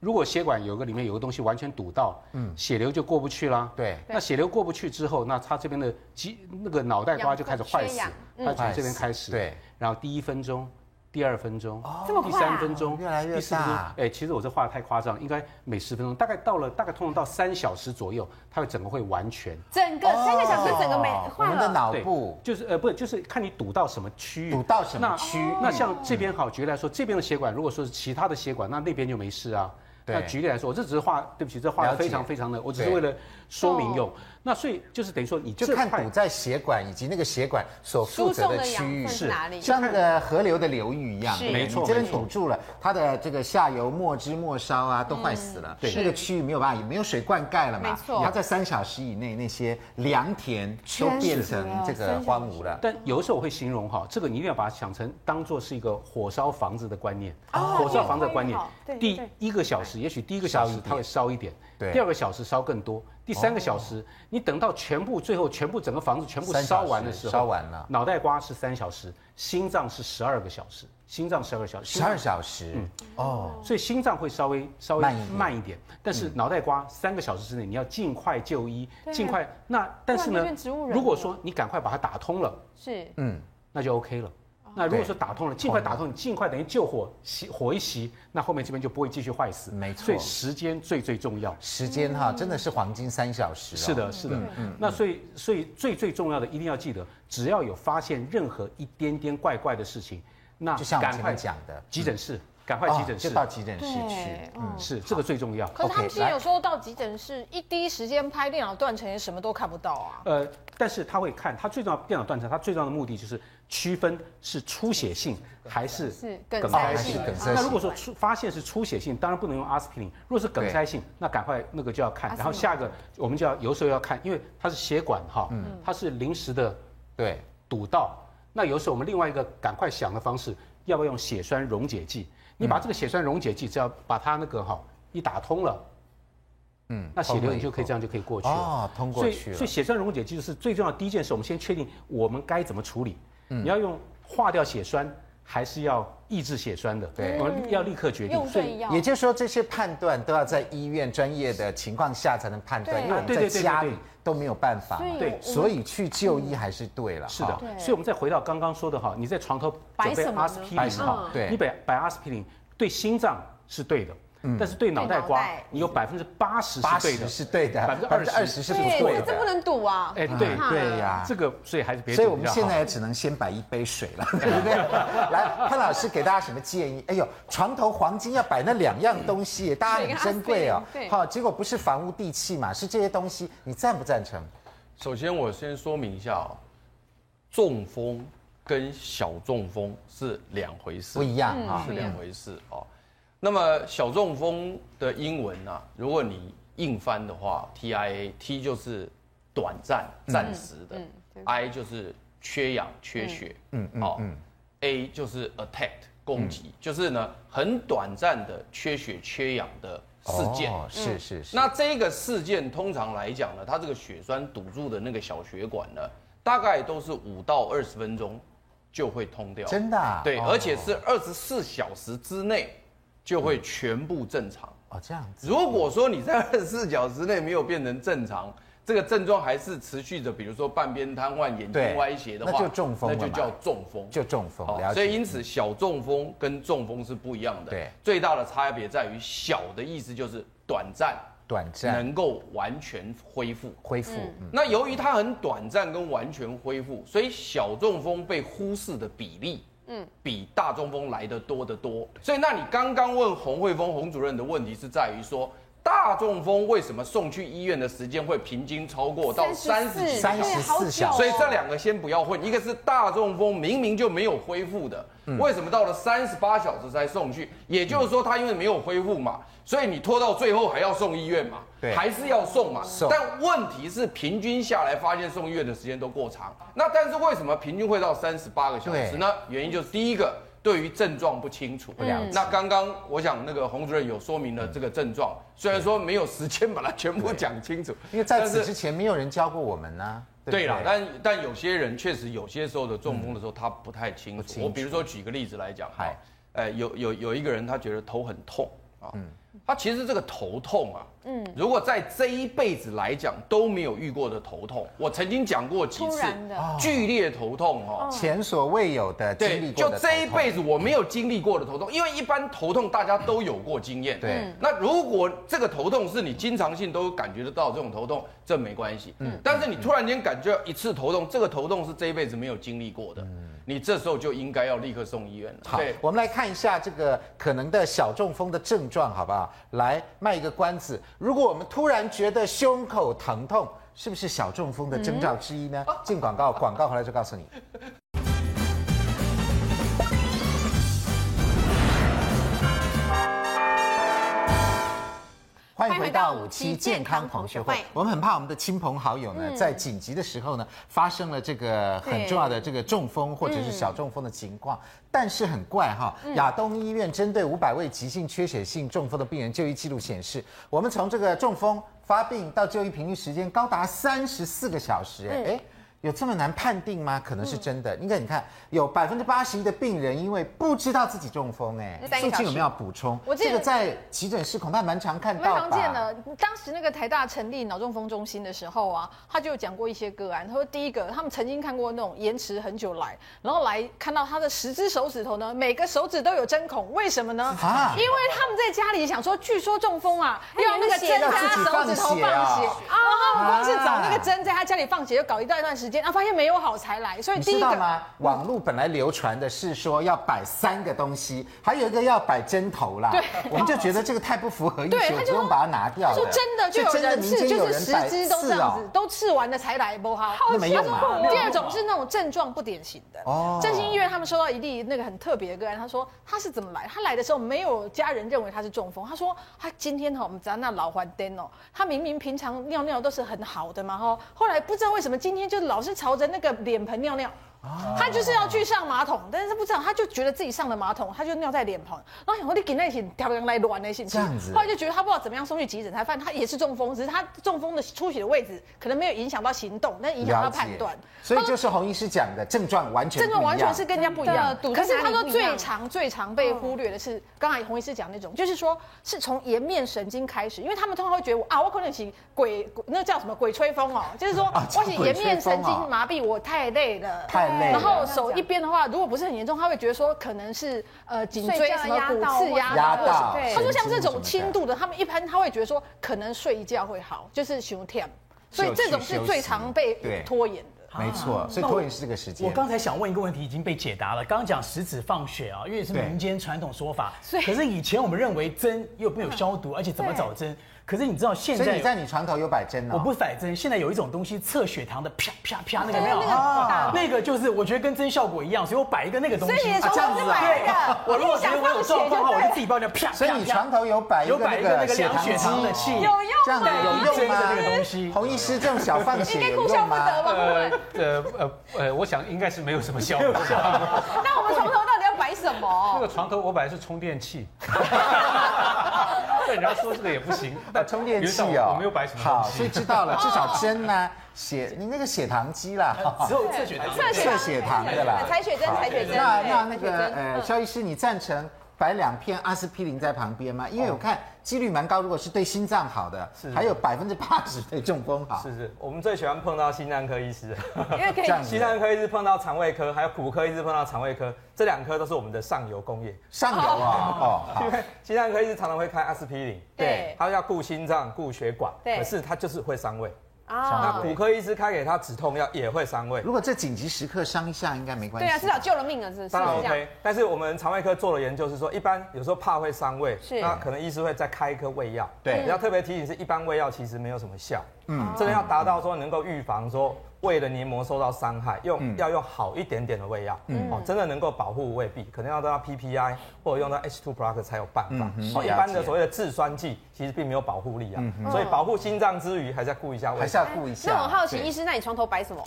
D: 如果血管有个里面有个东西完全堵到，嗯，血流就过不去啦。
A: 对
D: 那血流过不去之后，那它这边的肌那个脑袋瓜就开始坏死
E: 氧，
D: 它
C: 嗯
D: 从这边开始，
A: 对，哦
D: 然后第一分钟。第二分钟，
C: 这么
D: 第
C: 快啊
D: 三分钟，
A: 越来越
D: 第四分钟
A: 大
D: 哎，其实我这画的太夸张，应该每十分钟，大概到了大概通常到三小时左右，它会整个会完全。
E: 整个三个小时，整个没
A: 哦我
E: 坏
A: 们的
E: 了。
A: 脑部
D: 就是呃不，就是看你堵到什么区域，
A: 堵到嗯什么区域
D: 那那像这边好，举例来说，这边的血管如果说是其他的血管，那那边就没事啊。
A: 对
D: 那举例来说，我这只是画，对不起，这画
A: 了
D: 的
A: 解
D: 非常非常的，我只是
A: 对
D: 为了说明用。那所以就是等于说，你
A: 就
D: 这
A: 看
D: 块
A: 堵在血管以及那个血管所负责的区域
E: 输送的养分是哪里
A: 像那个河流的流域一样，对不对
D: 没错
A: 你这边
D: 没错
A: 堵住了，它的这个下游末枝末梢啊都坏死
D: 嗯
A: 了，对，那个区域没有办法，也没有水灌溉了嘛，
E: 没错
A: 它在三小时以内那些良田都变成这个荒芜了。
D: 但有的时候我会形容哈，这个你一定要把它想成当做是一个火烧房子的观念，
C: 哦
D: 火烧房子的观念
E: 好对。
D: 第一个小时，也许第一个小时它会烧一点，
A: 对哦
D: 第二个小时烧更多，第三个小时你等到全部最后全部整个房子全部
A: 三小
D: 烧
A: 时
D: 完的时候，
A: 烧完了
D: 脑袋瓜是三小时，心脏是十二个小时，心脏十二个小时，
A: 十二小时，
D: 嗯
A: 哦，
D: 所以心脏会稍微稍微
A: 慢一点嗯
D: 慢一点，但是脑袋瓜三个小时之内你要尽快就医，尽快。那但是
C: 就
D: 呢
C: 变植物，人
D: 如果
C: 了
D: 说你赶快把它打通了。
E: 是，
A: 嗯，
D: 那就 OK 了。那如果说打通了，尽快打通，你尽快等于救火熄火一熄，那后面这边就不会继续坏死。
A: 没错
D: 所以时间最最重要。
A: 时间哈真的是黄金三小时、哦，
D: 是的，是的。
A: 嗯
D: 那所以，所以最最重要的一定要记得，只要有发现任何一点点怪怪的事情，那
A: 就像我
D: 赶
A: 前
D: 快
A: 面讲的，
D: 急诊室，赶快
A: 哦
D: 急诊室
A: 就，到急诊室去
E: 对，
A: 嗯，
D: 是这个最重要。
E: 可是他
A: OK，
E: 们现在
A: 来
E: 有时候到急诊室，一第一时间拍电脑断层，什么都看不到啊。
D: 呃，但是他会看，他最重要电脑断层，他最重要的目的就是区分是出血性还是
E: 是梗
D: 梗
E: 塞
D: 塞
E: 性啊
D: 性
A: 梗。塞性
D: 那如果说出发现是出血性，当然不能用阿司匹林。如果是梗塞性，那赶快那个就要看，然后下一个我们就要有时候要看，因为它是血管哈，
E: 嗯
D: 它是临时的
A: 对，
D: 堵到。那有时候我们另外一个赶快想的方式，要不要用血栓溶解剂？你把这个血栓溶解剂，只要把它那个哈一打通了，嗯，那血流你就可以这样就可以过去了。
A: 哦通过
D: 所以
A: 去了
D: 所以血栓溶解技术是最重要的第一件事，我们先确定我们该怎么处理。
A: 嗯
D: 你要用化掉血栓，还是要抑制血栓的？
A: 对
D: 我们要立刻决定。
E: 用对药
A: 也。就是说，这些判断都要在医院专业的情况下才能判断，
E: 对
A: 因为我们
D: 啊对
A: 在
D: 对对
A: 家
D: 对
A: 里都没有办法嘛。
D: 对
E: 我
A: 所以去就医还是对了。哦
D: 是
A: 哈
D: 的，
C: 对
D: 所以我们再回到刚刚说的哈，你在床头
E: 摆
D: 准备
E: 什么呢
D: 阿司匹
A: 摆
D: 林
A: 什么嗯
D: 哈，
A: 对
D: 你摆摆阿司匹林对心脏是对的，但是对脑袋瓜
B: 对脑袋
D: 你有百分之八十
A: 嗯八
D: 是对
A: 十
D: 的，
A: 是对的，
D: 20%
A: 20%是不
E: 对，
A: 对
E: 这这不
A: 的。
E: 能赌啊！
D: 哎对
A: 嗯对呀
D: 这个所以还是别
A: 所以
D: 赌
A: 我们
D: 比较
A: 现
D: 好
A: 在只能先摆一杯水了，对不对？ 来，潘老师给大家什么建议？哎呦，床头黄金要摆那两样东西，大家很珍贵哦
E: 对。
A: 好，结果不是房屋地契嘛，是这些东西，你赞不赞成？
G: 首先，我先说明一下哦，中风跟小中风是两回事，
A: 不一样啊
G: 嗯是两回事哦。那么小中风的英文呢、如果你硬翻的话，TIA T 就是短暂、
A: 嗯
G: 暂时的、i 就是缺氧、缺血，嗯嗯，哦，A 就是 attack 攻
A: 嗯
G: 击，就是呢很短暂的缺血、缺氧的事件。
A: 哦是是是。
G: 那这个事件通常来讲呢，它这个血栓堵住的那个小血管呢，大概都是五到二十分钟就会通掉，
A: 真的啊
G: 对，
A: 哦
G: 而且是二十四小时之内就会全部正常。
A: 哦这样子，
G: 如果说你在二十四小时内没有变成正常，这个症状还是持续着，比如说半边瘫痪、眼
A: 对
G: 睛歪斜的话，
A: 那就中风了
G: 那就
A: 嘛
G: 叫中风。
A: 就中风，
G: 好
A: 了解。
G: 哦所以因此小中风跟中风是不一样的。
A: 对
G: 最大的差别在于小的意思就是短暂，
A: 短暂
G: 能够完全恢复。
A: 恢复，嗯
G: 那由于它很短暂跟完全恢复，所以小中风被忽视的比例，嗯，比大中风来得多得多。所以，那你刚刚问洪慧峰洪主任的问题是在于说，大中风为什么送去医院的时间会平均超过到三十几
A: 三十四小时
E: 哦
G: 所以这两个先不要混，一个是大中风明明就没有恢复的，
A: 嗯
G: 为什么到了三十八小时才送去？也就是说他因为没有恢复嘛，所以你拖到最后还要送医院嘛
A: 对，
G: 还是要送嘛
A: 送。
G: 但问题是平均下来发现送医院的时间都过长，那但是为什么平均会到三十八个小时
A: 对
G: 呢？原因就是第一个。对于症状不清楚，
A: 了解
G: 那刚刚我想那个洪主任有说明了这个症状，虽然说没有时间把它全部讲清楚，
A: 因为在
G: 但
A: 此
G: 是
A: 之前没有人教过我们呢。
G: 对啦
A: 不，嗯
G: 但但有些人确实有些时候的中风的时候，他不太清
A: 不清
G: 楚。
A: 楚
G: 我比如说举个例子来讲，哈
A: 嗨，
G: 呃，有有有一个人他觉得头很痛啊，
A: 嗯
G: 他其实这个头痛啊，嗯，如果在这一辈子来讲都没有遇过的头痛，我曾经讲过几
E: 突
G: 次
E: 然的
A: 哦
G: 剧烈头痛哦，
A: 前所未有的经
G: 对，
A: 历过
G: 就
A: 的
G: 这一
A: 头痛
G: 辈子我没有经历过的头痛，因为一般头痛大家都有过经验。
A: 对嗯
G: 那如果这个头痛是你经常性都感觉得到这种头痛，这没关系。嗯，但是你突然间感觉到一次头痛，这个头痛是这一辈子没有经历过的，你这时候就应该要立刻送医院了。
A: 嗯好，我们来看一下这个可能的小中风的症状，好不好？来卖一个关子，如果我们突然觉得胸口疼痛，是不是小中风的征兆之一呢？进广告，广告回来就告诉你。欢迎回到五期健康同学会。嗯我们很怕我们的亲朋好友呢，在紧急的时候呢，发生了这个很重要的这个中风或者是小中风的情况。但是很怪哈，
E: 嗯
A: 亚东医院针对五百位急性缺血性中风的病人就医记录显示，我们从这个中风发病到就医平均时间高达三十四个小时。
E: 嗯
A: 哎、诶有这么难判定吗？可能是真的。你看，你看，有百分之八十一的病人因为不知道自己中风、哎，
B: 三个
A: 数
B: 小
A: 据
B: 时
A: 有没有要补充？
E: 我记得
A: 这个在急诊室恐怕蛮常看
E: 蛮
A: 到吧。
E: 常见的。当时那个台大成立脑中风中心的时候啊，他就有讲过一些个案。他说，第一个，他们曾经看过那种延迟很久来，然后来看到他的十只手指头呢，每个手指都有针孔，为什么呢？
A: 啊
E: 因为他们在家里想说，据说中风啊，
C: 有
E: 用那个
C: 血
E: 针在
C: 的
A: 自
E: 他
A: 己
E: 手指头
A: 放
E: 放
A: 血
E: 血，
A: 啊
E: 然后他们光是找那个针在他家里放血，就搞一段一段时间，啊，发现没有好才来。所以
A: 你
E: 第
A: 知
E: 一
A: 道
E: 个
A: 吗？网络本来流传的是说要摆三个东西，还有一个要摆针头啦。
E: 对
A: 我们就觉得这个太不符合医
E: 对
A: 学，
E: 他
A: 不
E: 就
A: 用把它拿掉
E: 他
A: 了。
E: 说真的就有
A: 所以
E: 人
A: 民
E: 刺，
A: 间
E: 就
A: 有
E: 是
A: 人
E: 十
A: 摆
E: 只都这
A: 刺
E: 样
A: 哦
E: 子，都刺完了才来不好。
A: 那没用嘛
E: 他说第二种是那种症状不典型的。
A: 哦
E: 哦。振兴医院他们收到一例那个很特别的个案，他说他是怎么来？他来的时候没有家人认为他是中风，他说他今天哈我们咱那老还颠哦，他明明平哦常尿尿都是很好的嘛哈，后来不知道为什么今天就老是朝着那个脸盆尿尿。他就是要去上马桶，但是他不知道，他就觉得自己上了马桶，他就尿在脸盆，然后想说你给那些调凉来乱那些，
A: 这样子
E: 后来就觉得他不知道怎么样送去急诊，才发现他也是中风，只是他中风的出血的位置可能没有影响到行动，但影响到
A: 了
E: 判
A: 解
E: 断。。
A: 所以就是洪医师讲的症状完全
E: 这个
A: 不一
E: 完全
A: 样
E: 是跟人家不一
C: 真的
E: 样
C: 堵。在
E: 可是
C: 哪
E: 他
C: 里
E: 说
C: 不一
E: 最
C: 样
E: 常最常被忽略的
A: 嗯
E: 是，刚才洪医师讲那种，就是说是从颜面神经开始，因为他们通常会觉得我啊，我可能是鬼，鬼那叫什么鬼吹风哦，就是说
A: 啊叫
E: 我是
A: 鬼
E: 颜面
A: 吹风
E: 神
A: 啊
E: 经麻痹，我太累了，
A: 太累了
E: 然后手一边的话，如果不是很严重，他会觉得说可能是呃颈椎
C: 睡觉
E: 什么
C: 压
E: 骨
C: 到
E: 刺
C: 或
E: 压
C: 者
A: 压
E: 到或者什
A: 到
E: 么。
C: 对
E: 他说像
A: 神经
E: 这
A: 什么
E: 种
A: 的
E: 轻度的，他们一般他会觉得说可能睡一觉会好，就是胸跳，所以
A: 就
E: 这
A: 去
E: 种是
A: 休
E: 最
A: 息
E: 常被
A: 对
E: 拖延的。
A: 没错，所以拖延是这个时间。
F: 我刚才想问一个问题，已经被解答了。刚刚讲食指放血啊，因为是
A: 对
F: 民间传统说法，可是以前我们认为针又没有消毒，而且怎么找针？可是你知道现
A: 嗯所以
F: 在
A: 你在你床头有摆针呢、
F: 我不摆针，现在有一种东西测血糖的，啪啪啪，那个有没有？
C: 对那个很大
F: 那个就是我觉得跟针效果一样，所以我摆一个那个东西。
C: 所以你的
F: 啊这样
C: 床头
F: 子
C: 是
F: 啊
C: 摆一个
F: 对我如果觉得我有状况的话，我就自己帮人家啪啪
A: 所以你床头有摆一
F: 有
A: 个那
F: 摆一个那
A: 个
F: 个
A: 血
F: 量
A: 糖
F: 血糖的
A: 机，
F: 器，
C: 用
A: 这样子有
F: 针
A: 用啊
F: 的
A: 吗？
F: 那个东西。
A: 洪医师这种小放血
C: 应该
A: 有
C: 哭笑
A: 用
C: 不
A: 吗？
C: 得吧？
D: 呃呃呃呃，我想应该是没有什么 效果。
A: 呃
C: 那我们从头到底要摆什
D: 那
C: 么？
D: 个床头我本来是充电器， 被人家说这个也不行。
A: 啊，充电器哦
D: 原上，我没有摆什么
A: 好，
D: 东西。
A: 所以知 道了，至少针呐，血你那个血糖机啦，
F: 啊只有测血糖。
A: 测血糖的啦，
C: 采血针，采血针。
A: 那
C: 对
A: 那那
C: 采
A: 个
C: 血针嗯
A: 呃，肖医师，你赞成摆两片阿司匹林在旁边吗？因为我看几率蛮高，如果是对心脏好的，还有百分之八十对中风
C: 啊
A: 好，
H: 是是，我们最喜欢碰到心脏科 医师，
C: 因为可
A: 这
C: 以
A: 样子。
H: 心脏科医师碰到肠胃科，还有骨科医师碰到肠胃科，这两科都是我们的上游工业。
A: 上游啊，哦，好
H: 因为心脏科医师常常会开阿司匹林，
C: 对
H: 他要顾心脏、顾血管，
C: 对
H: 可是他就是会伤胃。
C: 啊，
H: 那骨科医师开给他止痛药也会伤胃，
A: 如果这紧急时刻伤一下，应该没关
C: 对
A: 系。
C: 啊，至少救了命了，是不是？
H: 当然
C: 这样
H: OK。但是我们肠胃科做了研究是说，一般有时候怕会伤胃，
C: 是
H: 那可能医师会再开一颗胃药。
A: 对
H: 你要特别提醒是，一般胃药其实没有什么效。嗯，真的要达到说能够预防说胃的黏膜受到伤害，用
A: 嗯
H: 要用好一点点的胃药，哦，真的能够保护胃壁，可能要到 PPI 或者用到 H2 block 才有办法。
A: 嗯
H: 哦，一般的所谓的制酸剂其实并没有保护力啊，所以保护心脏之余，还是要顾一下胃。
A: 还是要顾一下。
C: 那我很好奇，
A: 对
C: 医师，那你床头摆什么？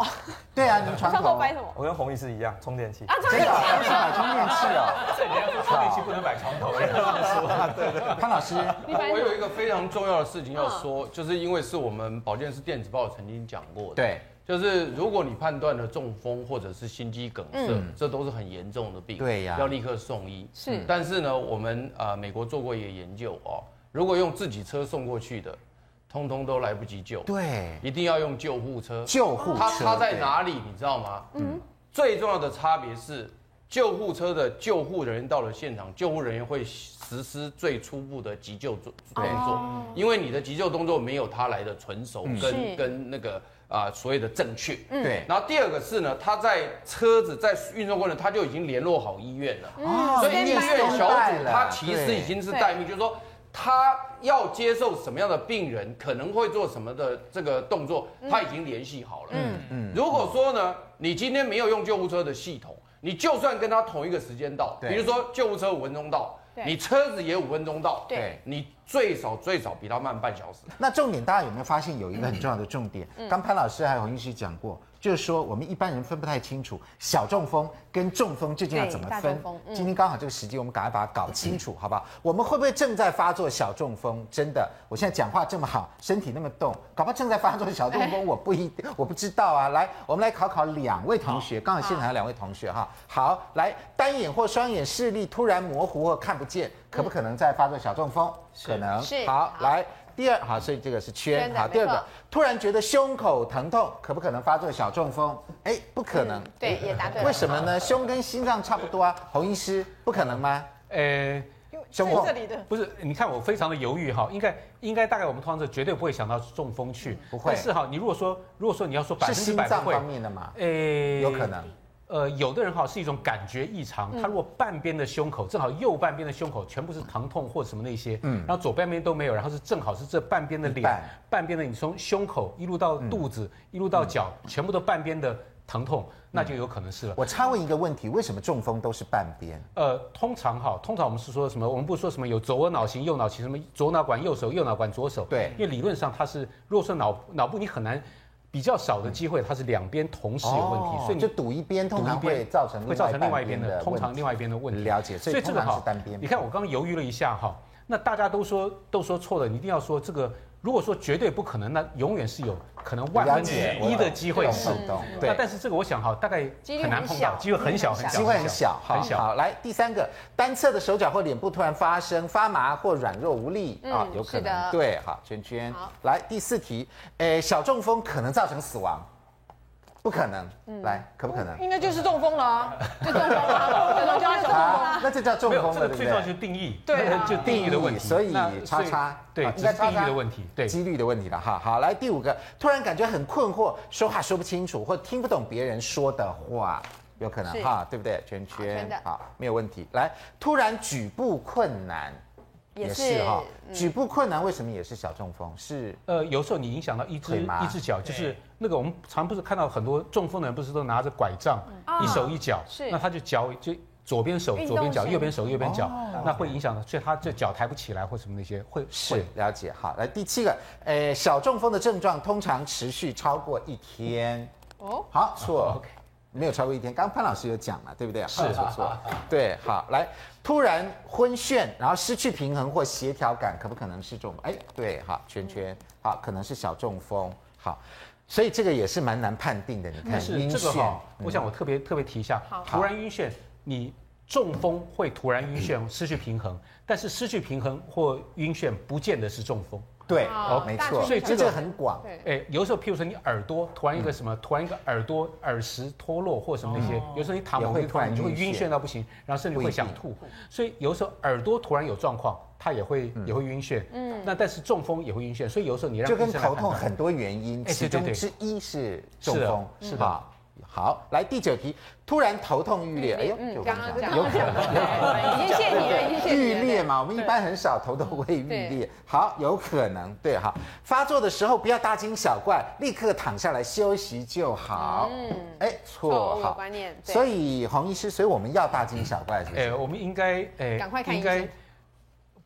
A: 对啊，你们床
C: 床
A: 头
C: 头摆什么？
H: 我跟洪医师一样，充电器。
A: 真的啊，要去买充电器 哦。
D: 人家说充电器不能摆床 头。
A: 啊潘老师，
G: 我有一个非常重要的事情要
A: 嗯
G: 说，就是因为是我们保健室电子报曾经讲过的，，
A: 对
G: 就是如果你判断了中风或者是心肌梗塞，这都是很严重的病，
A: 对呀
G: 要立刻送医。
C: 是
G: 但是呢，我们呃美国做过一个研究哦，如果用自己车送过去的，通通都来不及救，，
A: 对，
G: 一定要用救护车。
A: 救护
G: 它
A: 车
G: 差在
A: 对
G: 哪里，你知道吗？嗯，最重要的差别是，救护车的救护人员到了现场，救护人员会实施最初步的急救做动
A: 哦
G: 作，因为你的急救动作没有他来的纯熟
A: 嗯
G: 跟跟那个啊、所谓的正确。
A: 对，
G: 然后第二个是呢，他在车子在运送过程，他就已经联络好医院了。
A: 哦
G: 嗯所以医院小组他其实已。经是待命，就是说他要接受什么样的病人，可能会做什么的这个动作，他已经联系好了。嗯嗯。如果说呢，你今天没有用救护车的系统，你就算跟他同一个时间到，
A: 对
G: 比如说救护车五分钟到，你车子也五分钟到，
A: 对
G: 你最少最少比他慢半小时。
A: 那重点，大家有没有发现有一个很重要的重点？刚潘老师还有洪医师讲过，就是说我们一般人分不太清楚小中风跟中风究竟要怎么
C: 对大
A: 分
C: 中风。嗯
A: 今天刚好这个时机，我们赶快把它搞清楚，好不好？我们会不会正在发作小中风？真的，我现在讲话这么好，身体那么动，搞不好正在发作小中
C: 哎
A: 风，我不一我不知道啊。来，我们来考考两位同学，刚好现场有两位同学哈。好，来，单眼或双眼视力突然模糊或看不见，可不可能在发作小中风？可能。
C: 是
A: 好，
C: 好
A: 来。第二，好，所以这个是圈
C: 圈。的
A: 好，第二
C: 没
A: 个
C: 错，
A: 突然觉得胸口疼痛，可不可能发作小中风？哎，不可能。
C: 对，也答对了。
A: 为什么呢？胸跟心脏差不多啊。洪医师，不可能吗？
D: 呃，
A: 胸痛
E: 这里的
D: 不是，你看我非常的犹豫哈，应该应该大概我们通常是绝对不会想到中风去，
A: 嗯不会
D: 但是哈，你如果说如果说你要说百
A: 是
D: 分之
A: 心
D: 百
A: 脏
D: 不会
A: 方，面的嘛？
D: 诶
A: 有可能。
D: 呃，有的人哈是一种感觉异常，
A: 嗯
D: 他如果半边的胸口正好右半边的胸口全部是疼痛或什么那些，嗯，然后左半边都没有，然后是正好是这半边的
A: 一
D: 脸
A: 半，嗯
D: 半边的你从胸口一路到肚子、一路到脚，全部都半边的疼痛，那就有可能是了。
A: 我插问一个问题：为什么中风都是半边？
D: 呃，通常哈，通常我们是说什么？我们不是说什么有左脑型、右脑型，什么左脑管右手、右脑管左手。
A: 对
D: 因为理论上它是，如果说脑脑部你很难比较少的机会，它是两边同时有问题，所以你
A: 哦就赌一边，通常
D: 赌一边
A: 会造成
D: 会造成另外一边的，
A: 的
D: 通常
A: 问题
D: 另外一边的问题。
A: 了解所以
D: 这
A: 通
D: 个
A: 常
D: 哈
A: 是单边
D: 你看我刚刚犹豫了一下哈，那大家都说都说错了，你一定要说这个。如果说绝对不可能，那永远是有可能万分之一的机会
A: 懂
D: 是。
A: 懂懂
D: 那
A: 对。
D: 但是这个我想哈，大概
C: 几率
D: 很难
C: 很
D: 碰到，
C: 小
D: 机会很小很小，
A: 机会很小，好
D: 很小。
A: 好，来第三个，单侧的手脚或脸部突然发生发麻或软弱无力
D: 嗯
A: 啊、有可
C: 是的
A: 能。对，好，圈圈
C: 好。
A: 来第四题，诶，小中风可能造成死亡，不可能。
D: 嗯
A: 来，可不可能？
E: 应该就是中风 了啊，就中风了，对，就要中风了。
A: 啊，那这叫中
D: 没有
A: 风
D: 这
A: 了，
D: 个
A: 对不
D: 最重要就
A: 对？
D: 是定义，
E: 对啊
D: 就定义的问题。
A: 嗯所以
D: 那
A: 叉叉
D: 对
A: 啊，
D: 只是定义的问题，对。
A: 几率的问题了哈。好，来第五个，突然感觉很困惑，说话说不清楚，或听不懂别人说的话，有可能
B: 是
A: 哈，对不对？圈
C: 真
A: 圈
C: 的，
A: 好，没有问题。来，突然举步困难，
B: 也是
A: 哈，举步困难为什么也是小中风？是
D: 呃，有时候你影响到一只
A: 腿麻
D: 一只脚，就是那个我们常不是看到很多中风的人，不是都拿着拐杖，一手一脚，
B: 是
D: 那他就脚就左边手
C: 运动
D: 左边脚，
C: 神
D: 右边手右边脚，那会影响到，所以他这脚抬不起来或什么那些会
A: 是了解。好，来第七个，呃，小中风的症状通常持续超过一天。哦，好，错。
D: OK
A: 没有超过一天，刚刚潘老师有讲嘛，对不对？
D: 是
A: 错错错，对，好，来，突然昏眩，然后失去平衡或协调感，可不可能是中风？哎，对，好，圈圈，好，可能是小中风，好，所以这个也是蛮难判定的，你看
D: 但是
A: 晕
D: 这个
A: 眩
D: 哈，，我想我特别特别提一下，突然晕眩，你中风会突然晕眩，失去平衡，但是失去平衡或晕眩不见得是中风。
A: 嗯对
C: 哦，
A: 没
C: 大
A: 错，
D: 所以这
A: 这个
D: 个
A: 很广，
D: 哎，有时候譬如说你耳朵突然一个什么，突然一个耳朵耳石脱落或什么那些，有时候你躺某
A: 也
D: 一
A: 会
D: 突然你就会
A: 突然
D: 晕
A: 晕
D: 眩
A: 眩
D: 到不行，然后甚至会想吐。所以有时候耳朵突然有状况，它也会也会晕眩。嗯，那但是中风也会晕眩，所以有时候你让
A: 就跟
D: 医生来
A: 头
D: 判
A: 痛
D: 断
A: 很多原因，
D: 哎
A: 其
D: 对对对
A: 中之一是中
D: 是的啊嗯
A: 风，
D: 是的
A: 吧？好，来第九题，突然头痛欲裂，哎呦，就我
C: 刚
A: 跟
C: 嗯刚
A: 你
C: 讲
A: 讲有可能。
C: 已经谢你了，已经谢
A: 欲
C: 你
A: 裂
C: 了。
A: 嘛，我们一般很少头都会欲裂。好，有可能，对哈。发作的时候不要大惊小怪，立刻躺下来休息就好。嗯，哎，
C: 错
A: 错
C: 误的
A: 好
C: 观念，对哦
A: 所以洪医师，所以我们要大惊小怪，是 不
D: 哎，
A: 是？
D: 我们应该哎，
C: 赶快看医
D: 应
C: 生
D: 该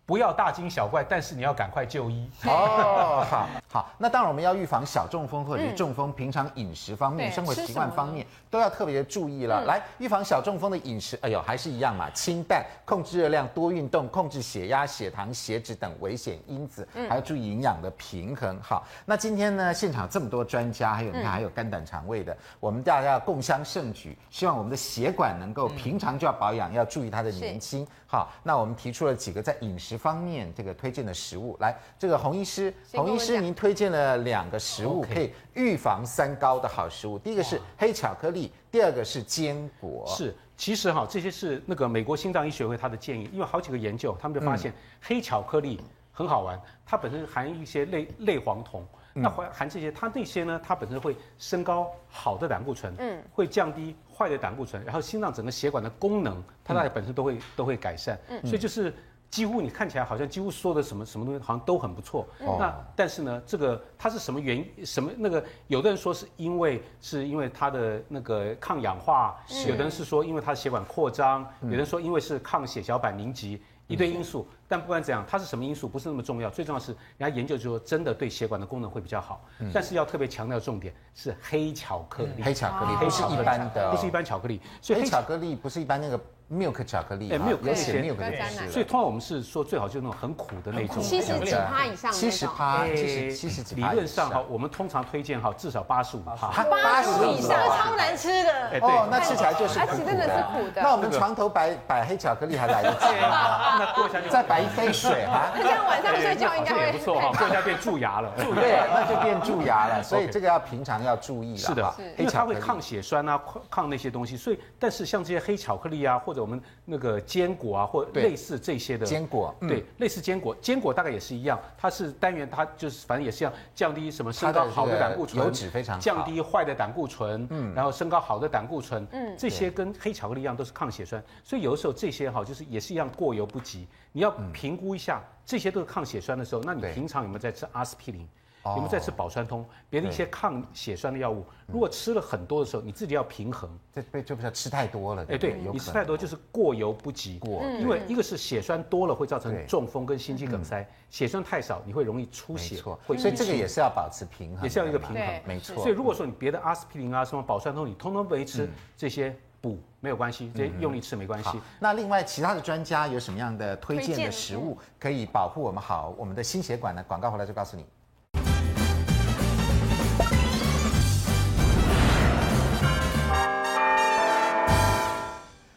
D: 不要大惊小怪，但是你要赶快就医。
A: 哦，好好，那当然我们要预防小中风或者是中风，平常饮食方
C: 嗯
A: 面、
C: 对
A: 生活习惯方面都要特别注意
C: 嗯
A: 了。来，预防小中风的饮食，哎呦，还是一样嘛，清淡，控制热量，多运动，控制血压、血糖、血脂等危险因子，
C: 嗯
A: 还要注意营养的平衡。好，那今天呢，现场这么多专家，
C: 嗯
A: 还有你看还有肝胆肠胃的，我们大家要共襄盛举，希望我们的血管能
C: 嗯
A: 够平常就要保养，要注意它的年轻。好，那我们提出了几个在饮食方面这个推荐的食物，来，这个洪医师，
C: 跟我
A: 洪医
C: 们
A: 师
C: 讲
A: 您推荐了两个食物
D: OK
A: 可以预防三高的好食物，第一个是黑巧克力，第二个是坚果，
D: 是，其实哈，这些是那个美国心脏医学会他的建议，因为好几个研究，他们就发现黑巧克力很好玩，它本身含一些类类黄酮，那含含这些，它那些呢，它本身会升高好的胆固醇，嗯，会降低坏的胆固醇，然后心脏整个血管的功能，它大概本身都会都会改善，所以就是。几乎你看起来好像几乎所有的什么什么东西好像都很不错，
A: 嗯
D: 那但是呢，这个它是什么原因？什么那个？有的人说是因为是因为它的那个抗氧化，
A: 嗯
D: 有的人是说因为它的血管扩张，有的人说因为是抗血小板凝集，
A: 嗯
D: 一堆因素。但不管怎样，它是什么因素不是那么重要，最重要是人家研究就说真的对血管的功能会比较好，但是要特别强调重点是黑巧克力，
A: 嗯黑巧克力
D: 黑
A: 不是
D: 巧克
A: 一
D: 力
A: 般的哦，
D: 不是一般巧克力，所以
A: 黑
D: 黑巧
A: 巧克力不是一般那个 milk 巧克力
D: 哎
A: 哈，
D: ，milk
A: 有写
D: 那些
A: milk
C: 不要沾
A: 就
C: 奶
A: 是
D: 所以
A: 了。
D: 通常我们是说最好就是那种很苦的那种，
C: 七十几趴以上那种，
A: 七十趴，七
D: 哎
A: 十七十几
D: 理
A: 趴以
D: 论上哈，我们通常推荐哈至少八十五
A: 哈
D: 帕。
A: 八十
C: 哎以上
A: 啊
C: 超难吃的。
D: 哎，对。
A: 哦，那吃起来就是
C: 而
A: 苦
C: 且
A: 苦
C: 真的是苦的
A: 那我们床头摆摆黑巧克力还来得 及，
D: 那过一下就
A: 再摆一杯水哈。
C: 这样晚上睡觉应该
D: 好像也
C: 会
D: 不错哈，过一下变蛀 牙了。蛀
A: 对，那就变蛀牙了，所以
D: OK
A: 这个要平常要注意了。
D: 是的
A: 哈，黑
D: 因为它
A: 巧克
D: 会
A: 力
D: 抗血栓啊，抗抗那些东西。所以，但是像这些黑巧克力啊，或者我们那个坚果啊，或
A: 对
D: 类似这些的
A: 坚果嗯
D: 对，类似坚果，坚果大概也是一样，它是单元，它就是反正也是一样，降低什么升高
A: 它的这个
D: 好的胆固醇，
A: 油脂非常好
D: 降低坏的胆固醇，嗯，然后升高好的胆固醇，嗯，这些跟黑巧克力一样都是抗血栓。所以有的时候这些哈，就是也是一样过犹不及，你要评估一下。这些都是抗血栓的时候，那你
A: 嗯对哦
D: 平常有没有在吃阿司匹林？有没有在吃保酸通，别的一些抗血栓的药物，
A: 嗯
D: 如果吃了很多的时候，你自己要平衡。
A: 这被就不是吃太多了，
D: 哎，对
A: 有
D: 你
A: 可
D: 吃
A: 能
D: 太多就是过犹不及，
A: 过嗯
D: 因为一个是血栓多了会造成
A: 对嗯
D: 中风跟心肌梗塞，血栓太少你会容易出
A: 没
D: 血，
A: 错，
D: 会
A: 所以这个也是要保持平衡的嘛，
D: 也是要一个平衡
I: 对
A: 没错。嗯
D: 所以如果说你别的阿司匹林啊、什么保酸通，你通通没吃，这些补没有关系，这些用力吃没关系
A: 好。，那另外其他的专家有什么样的推荐的
C: 嗯
A: 食物可以保护我们好我们的心血管呢？广告回来就告诉你。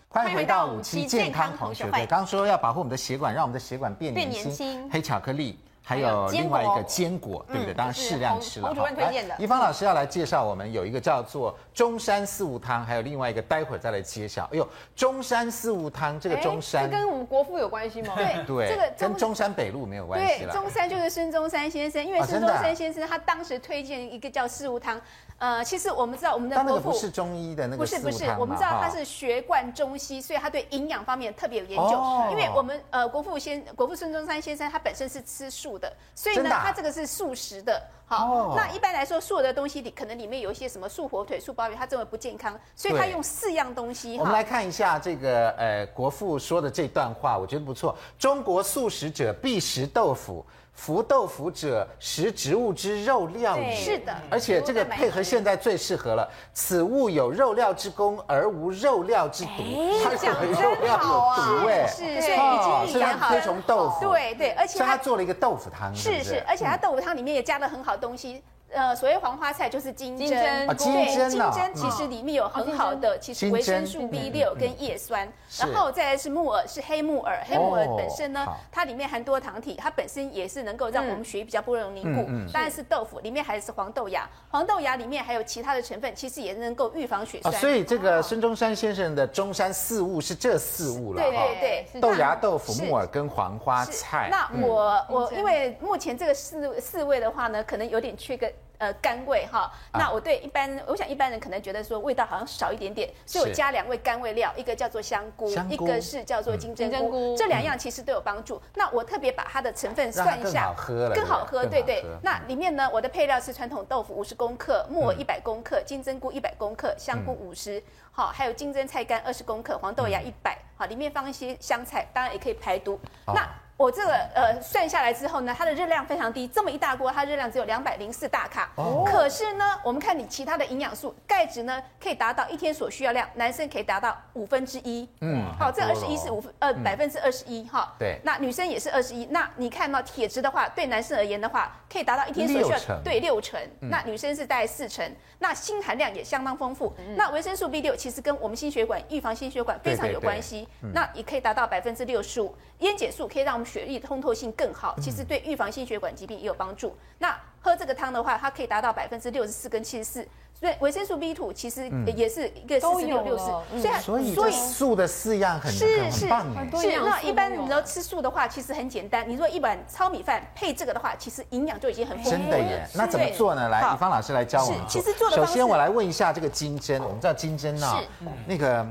A: 欢迎回到五期健康同学会。刚说要保护我们的血管，让我们的血管变年
C: 变
A: 轻。
C: 年轻
A: 黑巧克力，还
C: 还
A: 有
C: 有
A: 另
C: 坚果
A: 外一个坚果，对不对？
C: 嗯
A: 当然
C: 就是
A: 适量吃了。
C: 洪洪主任
A: 好来
C: 推荐的
A: 一方老师要来介绍我们有一个叫做中山四物汤，还有另外一个待会儿再来揭晓。哎呦，中山四物汤这个
E: 哎
A: 中山
E: 这，跟我们国父有关系吗？
H: 对
A: 对，
H: 这个
A: 跟
H: 中
A: 中山北路没有关系
H: 对
A: 了。
H: 中山就是孙中山先生，因为
A: 哦
H: 孙
A: 真的
H: 中
A: 啊
H: 山先生他当时推荐一个叫四物汤，呃，其实我们知道我们的
A: 但那
H: 国
A: 个不
H: 父
A: 是中医的那个
H: 不是
A: 四
H: 不
A: 物
H: 是
A: 汤，嘛
H: 我们知道他
A: 哈
H: 是学贯中西，所以他对营养方面特别有研究。
A: 哦
H: 因为我们呃国父先国父孙中山先生他本身是吃素的，所以
A: 真
H: 呢、
A: 的啊
H: 他这个是素食的。好，
A: 哦
H: 那一般来说素的东西里可能里面有一些什么素火腿、素鲍鱼，他认为不健康，所以他
A: 对
H: 用四样东西
A: 我们来看一下这个呃国父说的这段话，我觉得不错。中国素食者必食豆腐，服豆腐者食植物之肉料也。
H: 对是的
A: 而且这个配合现在最适合了。此物有肉料之功，而无肉料之毒。
H: 哎
A: 它有肉料有毒哎，
H: 啊是所以
A: 哦
H: 已经
A: 所以
H: 讲
A: 他
H: 好
A: 推崇豆腐，，
H: 对对，而且
A: 所以他
H: 他
A: 做了一个豆腐汤，
H: 是
A: 是
H: 是，而且它豆腐汤里面也加了很好东西。呃，所谓黄花菜就是金针，
I: 金针
A: 啊金针
H: 对，金
A: 啊
H: 针其实里面有很好的，其实维生
A: 金
H: 素
A: 针
H: B 六跟叶酸，
A: 嗯是
H: 然后再来是木耳，是黑木耳，黑木耳本身呢
A: 好，
H: 它里面含多糖体，它本身也是能够让我们血液比较不容易凝固。
A: 嗯
H: 当然是豆腐里面还是黄豆芽，黄豆芽里面还有其他的成分，其实也能够预防血
A: 啊，
H: 栓。
A: 所以这个孙中山先生的中山四物是这四物了
H: 对
A: 哈
H: 对对，
A: 豆芽、豆腐、
H: 是
A: 木耳跟黄花
H: 是
A: 菜。嗯
H: 那我、
I: 嗯
H: 我因为目前这个四四味的话呢，可能有点缺个。呃，甘味哈，
A: 啊
H: 那我对一般，我想一般人可能觉得说味道好像少一点点，所以我
A: 是
H: 加两味甘味料，一个叫做香菇，
A: 香菇嗯
H: 一个是叫做金
I: 金
H: 针菇，
I: 针菇
H: 这两样其实都有帮助。那我特别把它的成分
A: 让它
H: 算一
A: 更
H: 下，
A: 好喝了
H: 更好喝，
A: 对
H: 对
A: 不对
H: 对
A: 更好嗯喝。
H: 那里面呢，我的配料是传统豆腐五十公克，木耳
A: 嗯
H: 一百公克，金针菇一百公克，香菇五十，好，还有金针菜干二十公克，黄豆
A: 嗯
H: 芽一百，好，里面放一些香菜，当然也可以排毒。
A: 哦
H: 那我这个呃算下来之后呢，它的热量非常低，这么一大锅，它热量只有两百零四大卡。
A: 哦
H: 可是呢，我们看你其他的营养素，钙质呢可以达到一天所需要量，男生可以达到五分之一。
A: 嗯
H: 嗯，好，这
A: 很
H: 二
A: 多
H: 十
A: 了
H: 一
A: 哦
H: 是五分呃百分之二十一哈。
A: 对
H: 那女生也是二十一。那你看到铁质的话，对男生而言的话，可以达到一天所需
A: 六
H: 要
A: 成嗯
H: 对六成，那女生是大概四成。那锌含量也相当丰富。那维生素 B 六其实跟我们心血管预防心血管非常
A: 嗯对对嗯
H: 有
A: 对
H: 关系，那也可以达到百分之六十五。烟碱素可以让我们血液通透性更
A: 嗯
H: 好，其实对预防心血管疾病也有帮助。那喝这个汤的话，它可以达到百分之六十四跟七十四。所以维生素 B two 其实也是一个四
I: 都
H: 十
I: 有
H: 六六十
I: 了，嗯
H: 所以它
A: 嗯所以这素的四样很
H: 是
A: 很
H: 是
A: 很棒哎。
I: 多
H: 是，
I: 元
H: 那
I: 素
H: 一般
I: 都有
H: 你要吃素的话，其实很简单。你如果一碗糙米饭配这个的话，其实营养就已经很丰富了。
A: 真的耶，那怎么
H: 对
A: 做呢？来，
H: 哎好
A: 以芳老师来教我们
H: 是其实做的
A: 首
H: 方式
A: 先，我来问一下这个金针。我们知道金针啊，那个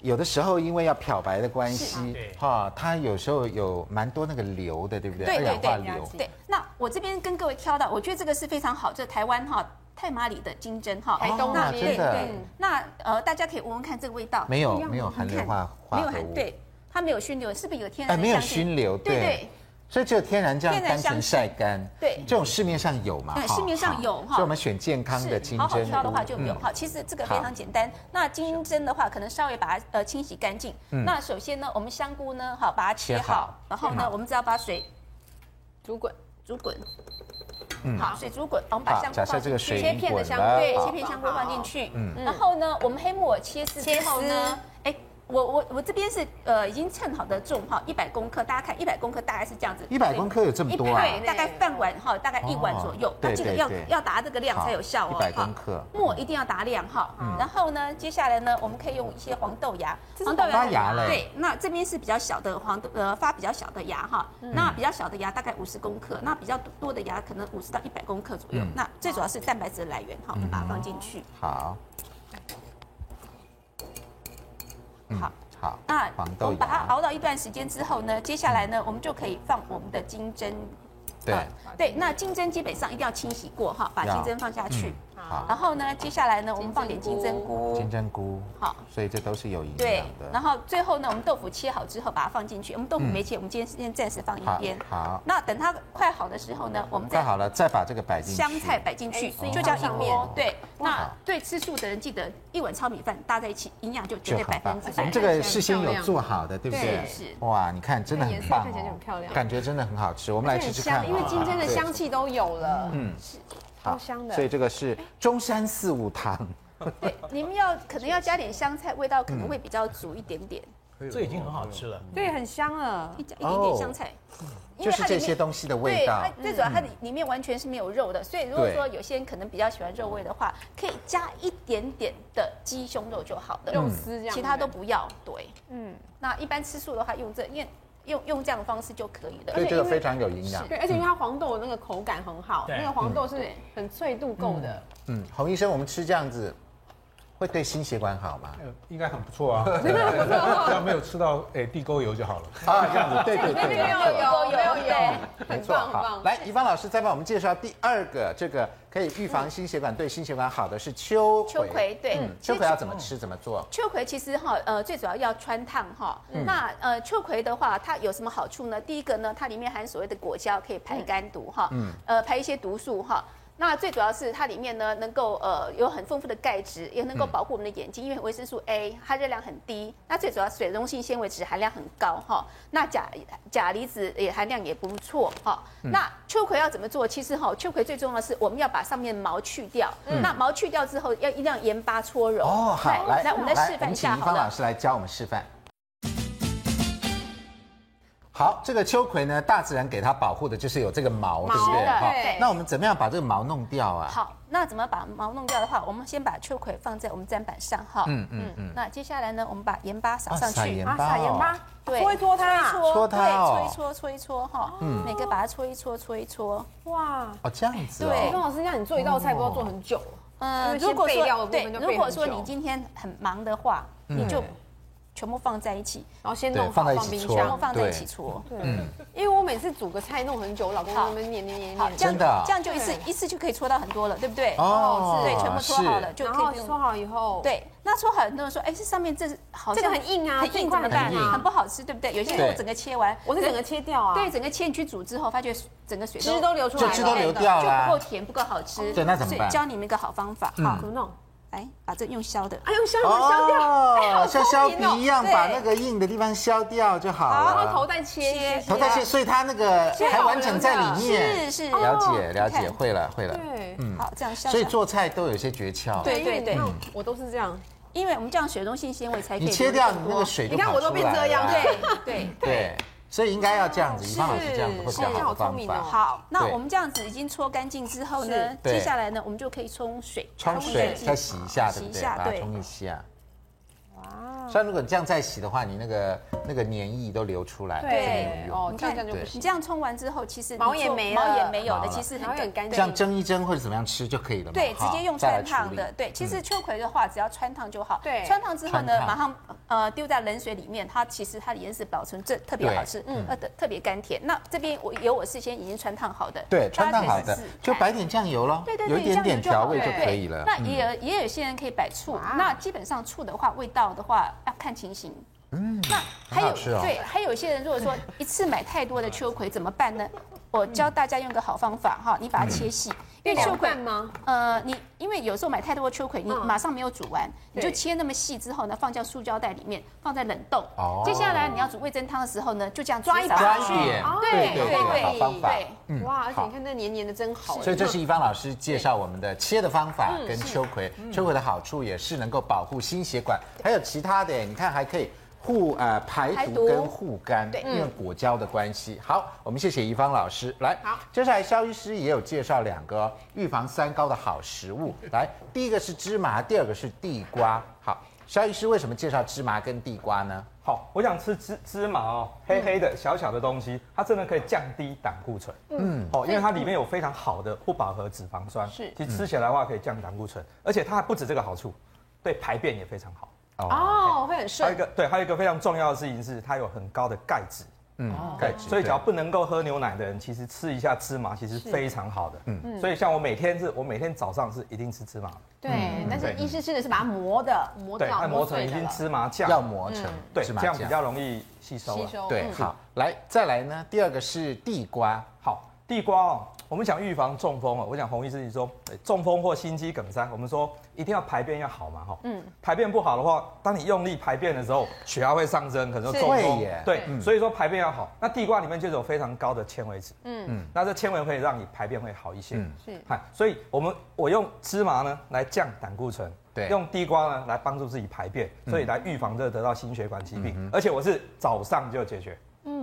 A: 有的时候因为要漂白的关系，哈，它有时候有蛮多那个硫的，对不对？
H: 对
A: 二
H: 对
A: 氧化
H: 对
A: 硫。哦
H: 对，那我这边跟各位挑到，我觉得这个是非常好，这台湾哈泰马里的金针哈，
C: 哎
A: 台东那
H: 那
A: 边
H: 对
A: 真的
H: 对，那呃大家可以闻闻看这个味道，
A: 没有
H: 一样
A: 没有含硫化
H: 你看没有
A: 化合物
H: 含对，它没有熏硫，是不是有天
A: 哎，
H: 然的
A: 没有
H: 香气
A: 熏硫，
H: 对对。
A: 所以只有天然这样
H: 天然
A: 单纯
H: 香气
A: 晒干，
H: 对
A: 这种市面上有嘛？
H: 对
A: 哈
H: 市面上有
A: 哈
H: 哈
A: 所以我们选健康的金
H: 好好
A: 针菇。
H: 挑的话就有
A: 嗯
H: 好，其实这个非常简单。那金针的话，可能稍微把它呃清洗干净。那首先呢，我们香菇呢，好把它切
A: 切嗯好嗯
H: 好，然后
A: 切
H: 呢
A: 好，
H: 我们只要把水
I: 煮滚，
H: 煮滚。好，水煮滚，我们把
A: 嗯好
H: 香菇
A: 假设
H: 放进去
A: 这个水已
H: 切
A: 经
H: 片的
A: 滚
H: 香
A: 了
H: 对，
A: 好嗯
H: 切片香菇放进去。然后呢，我们黑木耳嗯切丝之后呢，哎，我我我这边是呃已经称好的重哈，一百公克，大家看一百公克大概是这样子。
A: 100公克有这么多啊
H: 对，大概半碗哈，大概一碗左右
A: 哦。
H: 那记得
A: 对对
H: 要
A: 对
H: 要达这个量才有效哦。
A: 100
H: 哈
A: 公克
H: 木耳一定要打量哈。
A: 嗯
H: 然后呢，接下来呢，我们可以用一些黄豆芽，黄豆
A: 发芽嘞
H: 对，那这边是比较小的黄豆，呃，发比较小的芽哈。
A: 嗯
H: 那比较小的芽大概五十公克，那比较多的芽可能五十到一百公克左
A: 嗯
H: 右。那最主要是蛋白质的来源哈，我们把它放进去。
A: 好
H: 好，
A: 嗯好，
H: 那
A: 黄
H: 我
A: 豆
H: 们把它
A: 芽
H: 熬到一段时间之后呢，接下来呢，我们就可以放我们的金针啊
A: 对
J: 呃对，那金针基本上一定要清洗过哈，把
A: 要嗯
J: 金针放下去。
A: 好
J: 然后呢，接下来呢，我们放点金针菇
A: 金，针菇，
J: 好，
A: 所以这都是有营
J: 对
A: 养，的。嗯
J: 然后最后呢，我们豆腐切好之后把它放进去。我们豆腐没切，我们今天先暂时放一边。
A: 好好
J: 那等它快好的时候呢，我们
A: 快
J: 再
A: 好了，再把这个摆进去。
J: 香菜摆进去，
C: 哎
J: 就叫
C: 所以
J: 一锅
C: 哦。
J: 对，那对吃素的人记得一碗糙米饭搭在一起，营养就绝
A: 就
J: 对
A: 很
J: 百
A: 棒
J: 分之，
A: 我
J: 百
A: 们。这个事先有做好的，对不
J: 对
A: 对？
J: 是
A: 哇，你看真的很棒
C: 这个颜色看起来就很漂
A: 哦，
C: 亮
A: 感觉真的很好吃。我们来
C: 很
A: 吃吃
C: 香
A: 看，，
C: 因为金针的
A: 对
C: 香气都有了，嗯，
A: 好
C: 超香的
A: 所以这个是中山四物汤，
J: 对，你们要可能要加点香菜，味道可能会比较足一点点，
F: 这已经很好吃了。
C: 对，很香啊了
J: 一。加一点点香菜，
A: 哦就
J: 因为
A: 是
J: 它里
A: 这
J: 面
A: 些东西的味
J: 对，
A: 道
J: 它。最主要它里里面完全是没有肉的，所以如果
A: 对
J: 说有些人可能比较喜欢肉味的话，可以加一点点的鸡胸肉就好了，
C: 肉
H: 嗯
C: 丝这样
J: 其他都不要。对，嗯，那一般吃素的话，用这因为用用这样的方式就可以
A: 所以
J: 了。
A: 这个非常有营养。
C: 对，而且因为它黄豆的那个口感很好，
F: 对
C: 那个黄豆是很脆度够的，
D: 呃
A: 嗯，洪医生，我们吃这样子会对心血管好吗？
D: 呃应该很 不错啊，真的不错。只要没有吃到哎地沟油就好了。
A: 啊，这样子，对对
C: 里面
A: 对，
C: 没有油，没有油，
A: 没
C: 很
A: 错，
C: 棒很
A: 好，
C: 棒。
A: 来，怡芳老师再帮我们介绍第二个，这个可以预防心血管、对心血管好的是秋葵。
J: 秋葵，对，
A: 嗯，
J: 其实
A: 秋葵要怎么吃、怎么做？
J: 秋葵其实哈，呃，最主要要穿烫哈。那呃，秋葵的话，它有什么好处呢？第一个呢，它里面含所谓的果胶，可以排肝毒哈，呃，排一些毒素哈。那最主要是它里面呢，能够呃有很丰富的钙质，也能够
A: 嗯
J: 保护我们的眼睛，因为维生素 A 它热量很低，那最主要水溶性纤维质含量很高哈。那钾钾离子也含量也不错哈。
A: 嗯
J: 那秋葵要怎么做？其实哈，秋葵最重要的是我们要把上面毛去掉，那毛去掉之后要一定要盐巴搓揉。
A: 嗯哦，好，来，
J: 那我们再示
A: 我
J: 范一
A: 们请
J: 下
A: 怡
J: 好
A: 芳老
J: 了。
A: 师来教我们示范。好，这个秋葵呢，大自然给它保护的就是有这个毛，对不对？
C: 是的
A: 哈
C: 对
A: 那我们怎么样把这个毛弄掉啊？
J: 好，那怎么把毛弄掉的话，我们先把秋葵放在我们砧板上哈。
A: 嗯嗯嗯，
J: 那接下来呢，我们把盐巴撒上
A: 啊撒
J: 去
A: 盐，
C: 啊，撒盐巴，
J: 对
C: 搓一搓它，
J: 搓
A: 搓它哦
J: 对，搓一搓，搓一搓哈。
H: 嗯
J: 每个把它搓一搓，搓一搓。
C: 哇！
A: 哦，这样子
J: 对
C: 哎，钟
A: 哦。
C: 老师，那你做一道菜不知道做很久，
J: 嗯，
C: 因为先备料的部
J: 对，
C: 分就备
J: 如果
C: 很
J: 说
C: 久
J: 你今天很忙的话，
A: 嗯
J: 你就全部放在一起，
C: 然后先
A: 对
C: 弄
A: 放
C: 好
A: 在一起
C: 放冰
A: 搓
J: 全部
C: 箱。
A: 好
J: 放在一
A: 对
J: 起搓。
C: 因为我每次煮个菜弄很久，老公在那边念念念
J: 好，
C: 念
J: 这样
A: 真的啊
J: 这样就一次一次就可以搓到很多了，对不对？
A: 哦
J: 对，全部搓好了
A: 是
J: 就
C: 然
J: 可以
C: 后
J: 不用
C: 搓好以后，，
J: 对，那说好很多人说，哎，这上面这是好像
C: 这个很硬啊
J: 很
C: 这一
J: 硬
C: 块
J: 怎么
C: 很
J: 办
C: 硬啊
J: 很不好吃，对不对？有些
A: 对
J: 人我整个切完，
C: 我是整个切掉啊，
J: 对，整个切你去煮之后，发觉整个水
C: 汁都流出来
A: 就
C: 了，
A: 汁都流掉
J: 就
A: 了
J: 不够甜，不够好吃。
A: 对那怎么
J: 所以
A: 办
J: 教你们一个好方法，
A: 嗯
J: 好
C: 怎， 么弄？
J: 来把这用削的。
C: 哎呦，香香香掉，哎好
A: 像
C: 聪
A: 削
C: 明哦
A: 皮一样，
C: 对
A: 把那个硬的地方削掉就好
C: 然后头
A: 了。
C: 再切一
A: 头再切，所以它那个
C: 切好
A: 还完整在里面。
J: 是是，
A: 了解
J: 哦
A: 了
J: 你
A: 解，
J: 看
A: 会了会了。
C: 对，
J: 好，这样
A: 嗯
J: 削。
A: 所以做菜都有一些诀窍。
J: 对对对，
C: 我都是这样，
J: 因为我们这样水溶性纤维才可
A: 你
J: 以流
A: 切
J: 入
A: 掉你
J: 更
A: 那个
J: 多
A: 水就
C: 你看
A: 跑
C: 我都
A: 出
C: 变
A: 来
C: 这
A: 了
C: 样
A: 啊
J: 对对。
A: 对，所以应该要这样子，怡芳老师这样子会比较
C: 是
A: 好的
C: 好
A: 方
C: 聪明
A: 法。
C: 哦
J: 好，那
A: 对
J: 我们这样子已经搓干净之后呢
C: 是，
A: 对
J: 接下来呢，我们就可以冲水，
A: 冲水
J: 机
A: 再洗一下，对不
J: 洗一
A: 对？
J: 下
A: 把它
J: 对哦
A: 冲一下。哇！虽然如果你这样再洗的话，你那个那个粘液都流出来，这个
C: 对
A: 没，有用。
C: 哦，这样这样就不
J: 你
C: 行，
J: 这样冲完之后，其实你
C: 毛也
J: 做
C: 没
J: 毛
C: 了
J: 也没有
A: 毛
J: 的，
A: 了
J: 其实
C: 然后也很干
A: 这
C: 净
A: 样。蒸一蒸或者怎么样吃就可以了嘛。
J: 对，
A: 哈
J: 直接用
A: 再来
J: 穿
A: 处
J: 烫的
A: 理。嗯
J: 对，其实秋葵的话，只要穿烫就好。
C: 对
J: 穿烫之后
A: 穿
J: 呢，
A: 烫
J: 马上呃丢在冷水里面，它其实它的颜色保存这特别
A: 对
J: 好吃，嗯，呃特特别甘甜。那这边我有我事先已经穿烫好的，
A: 对，
J: 大
A: 穿
J: 家
A: 烫
J: 可以
A: 好
J: 试
A: 的
J: 试
A: 就
J: 看
A: 摆点酱油咯，
J: 对对对，
A: 有一点点
J: 这样
A: 调
J: 子
A: 味
J: 就
A: 就
J: 好
A: 可以了嗯
J: 对。那也有也有些人可以摆醋，那基本上醋的话，味道的话要看情形。嗯，那
A: 很
J: 还有
A: 好吃哦
J: 对，还有一些人如果说一次买太多的秋葵怎么办呢？我教大家用个好方法哈，你把它切
A: 嗯
J: 细，因为秋葵
C: 拌吗？
J: 呃，你因为有时候买太多秋葵，你
C: 嗯
J: 马上没有煮完，你就
C: 对
J: 切那么细之后呢，放进塑胶袋里面，放在冷冻
A: 哦。
J: 接下来你要煮味噌汤的时候呢，就这样直接
C: 抓一
J: 撒
A: 抓
J: 上去
A: 一点
C: 哦，
A: 对对
J: 对
A: 对，
J: 对
A: 好方法。
J: 对
A: 嗯
C: 哇，而且
A: 好
C: 你看那黏黏的真好，
A: 所以这是一芳老师介绍我们的切的方法
J: 嗯
A: 跟秋葵，秋葵的好处也是能够保护心血管，还有其他的，你看还可以护呃排
J: 排
A: 毒
J: 毒
A: 跟护肝，
J: 对嗯
A: 因为果胶的关系。好，我们谢谢一芳老师。来，
C: 好，
A: 接下来肖医师也有介绍两个哦预防三高的好食 物，来，第一个是芝麻，第二个是地瓜。好，肖医师为什么介绍芝麻跟地瓜呢？
H: 好，我想吃芝芝麻哦，黑黑的小小的东西，它真的可以降低胆固醇。嗯，哦，因为它里面有非常好的不饱和脂肪酸，
C: 是
H: 其实吃起来的话可以降胆固醇，而且它还不止这个好处，对排便也非常好。
A: 哦，
C: 哦，会很
H: 还有
C: 顺
H: 一，个对，还有一个非常重要的事情是，它有很高的钙质。
A: 嗯，
H: 对
A: 钙，
J: 哦
A: 质
H: 所以只要不能够喝牛奶的人，其实吃一下芝麻其实非常好的。嗯，所以像我每天是，我每天早上是一定吃芝麻的，
C: 对，
J: 嗯
C: 但是
G: 对
C: 医师吃的是把它磨的，磨
H: 对，
C: 到
H: 按磨成
C: 碎
H: 已
C: 的
H: 经
C: 了。
H: 芝麻酱，
A: 要磨
J: 嗯
A: 成
H: 对，
A: 芝
H: 这
A: 麻
H: 样
A: 酱
H: 比较容易吸收啊
C: 吸
H: 了。
C: 收
A: 对，
C: 嗯
A: 好，来再来呢，第二个是地瓜，
H: 好，地瓜哦，我们想预防中风哦，我想洪医师你说哎中风或心肌梗塞，我们说一定要排便要好嘛哈，嗯，排便不好的话，当你用力排便的时候，血压会上升，可能中
A: 会
H: 风
A: 耶，
H: 对，所以说排便要好。那地瓜里面就有非常高的纤维质，嗯嗯，那这纤维会让你排便会好一些，
A: 嗯
H: 是，嗨，所以我们我用芝麻呢来降胆固醇，
A: 对嗯
H: 用地瓜呢来帮助自己排便，所以来预防这个得到心血管疾病，而且我是早上就解决。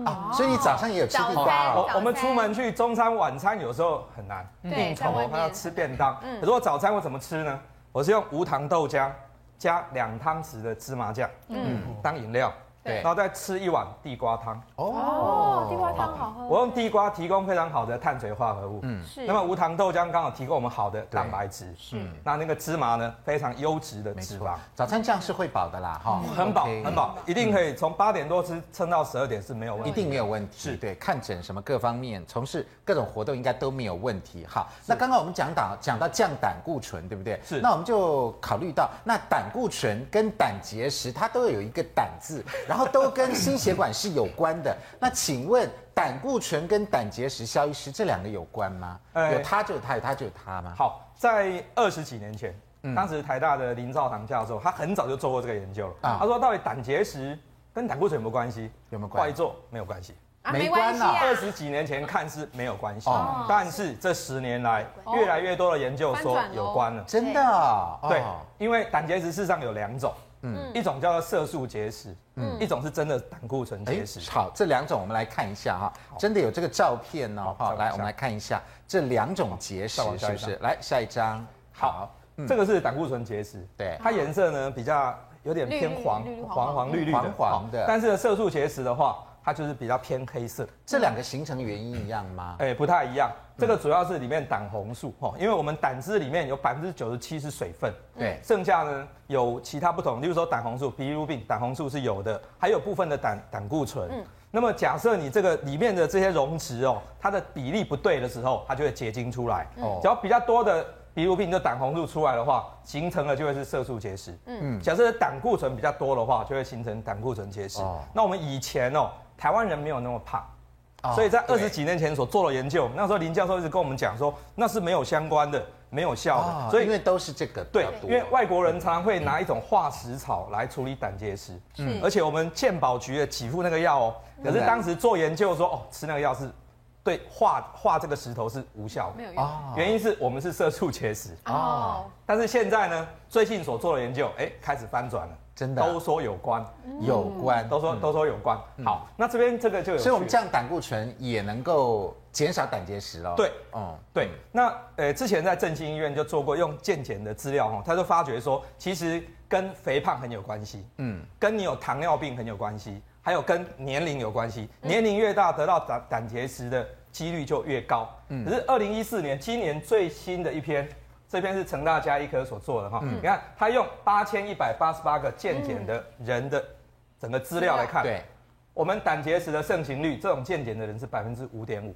A: 啊，所以你早上也有吃地
C: 早
A: 瓜
C: 餐
A: 哦，
H: 我我们出门去中餐、晚餐有时候很难
C: 对在
H: 应酬
C: 外，面嗯
H: 还要吃便当。可是我早餐我怎么吃呢？我是用无糖豆浆加两汤匙的芝麻酱，嗯，当饮料，
A: 对
H: 然后再吃一碗地瓜汤。
A: 哦，
C: 地瓜汤好喝。
H: 我用地瓜提供非常好的碳水化合物，嗯，
B: 是
H: 那么无糖豆浆刚好提供我们好的蛋白质，
B: 是
H: 嗯那那个芝麻呢，非常优质的
A: 没
H: 脂
A: 错
H: 肪。，
A: 早餐这样是会饱的啦，哈，
H: 嗯很饱
A: OK
H: 很饱，一定可以从八点多吃撑到十二点是没有问题
A: 一
H: 的。
A: 定没有问题。
H: 是
A: 对，看诊什么各方面，从事各种活动应该都没有问题。好，那刚刚我们讲到讲到降胆固醇，对不对？
H: 是
A: 那我们就考虑到，那胆固醇跟胆结石它都有一个胆字，然后都跟心血管是有关的。那请问胆固醇跟胆结石，肖医师这两个有关吗？
H: 哎
A: 有它就有它，有它就有它吗？
H: 好，在二十几年前，
A: 嗯
H: 当时台大的林兆堂教授，他很早就做过这个研究了。
A: 啊
H: 他说，到底胆结石跟胆固醇有没有关系？
A: 有没有关系
H: 坏做没有关系。
A: 啊
C: 没关系啊
H: 二十几年前看是没有关系
A: 哦，
H: 但是这十年来，越来越多的研究说有关了。
A: 真的哦，
H: 对
A: 哦，嗯
H: 因为胆结石事实上有两种，一种叫做色素结石，一种是真的胆固醇
A: 哎
H: 结石。，
A: 好，这两种我们来看一下哈，真的有这个照片哦，哈，
H: 好再往
A: 来
H: 下
A: 我们来看一下这两种结石
H: 再往
A: 是
H: 下
A: 不
H: 一张
A: 是？来下一张，
H: 好，这个是胆固醇结石，
A: 嗯对
H: 它颜色呢比较有点偏黄
C: 绿绿绿绿，
H: 黄黄绿绿的，
A: 黄黄的
H: 好但是呢色素结石的话，它就是比较偏黑色，
A: 这两个形成原因一样吗？
H: 哎，不太
A: 嗯
H: 一样。这个主要是里面胆红素哦，因为我们胆汁里面有百分之九十七是水分，嗯
A: 对
H: 剩下呢有其他不同，例如说胆红素、皮鲁病，胆红素是有的，还有部分的胆胆固醇。
A: 嗯
H: 那么假设你这个里面的这些溶质哦，它的比例不对的时候，它就会结晶出来。
A: 哦
H: 只要比较多的皮鲁病就胆红素出来的话，形成了就会是色素结石。嗯，假设胆固醇比较多的话，就会形成胆固醇结石。
A: 哦
H: 那我们以前哦，台湾人没有那么胖。
A: 哦
H: 所以在
A: 对
H: 二十几年前所做的研究，那时候林教授一直跟我们讲说，那是没有相关的，没有效的。
A: 哦，
H: 所
A: 因
H: 以
A: 为都是这个比
H: 对
A: 较，多
H: 因为外国人常常会拿一种化石草来处理胆结石，
A: 嗯
H: 而且我们健保局也给付那个药哦，可是当时做研究说，哦，吃那个药是对化化这个石头是无效的，
A: 哦
H: 原因是我们是色素结石。
A: 哦，
H: 但是现在呢，最近所做的研究，哎，开始翻转了，
A: 真的啊
H: 都说有关，
A: 有关，
H: 嗯都说都说有关。好，那这边这个就有趣了，
A: 所以我们降胆固醇也能够减少胆结石喽。
H: 对
A: 哦，
H: 对，那呃，之前在振兴医院就做过用健检的资料哈，他就发觉说，其实跟肥胖很有关系，嗯，跟你有糖尿病很有关系，还有跟年龄有关系，年龄越大得到胆胆结石的几率就越高。可是二零一四年今年最新的一篇，这篇是成大加医科所做的哈，你看他用八千一百八十八个健检的人的整个资料来看，
A: 对，
H: 我们胆结石的盛行率，这种健检的人是百分之五点五。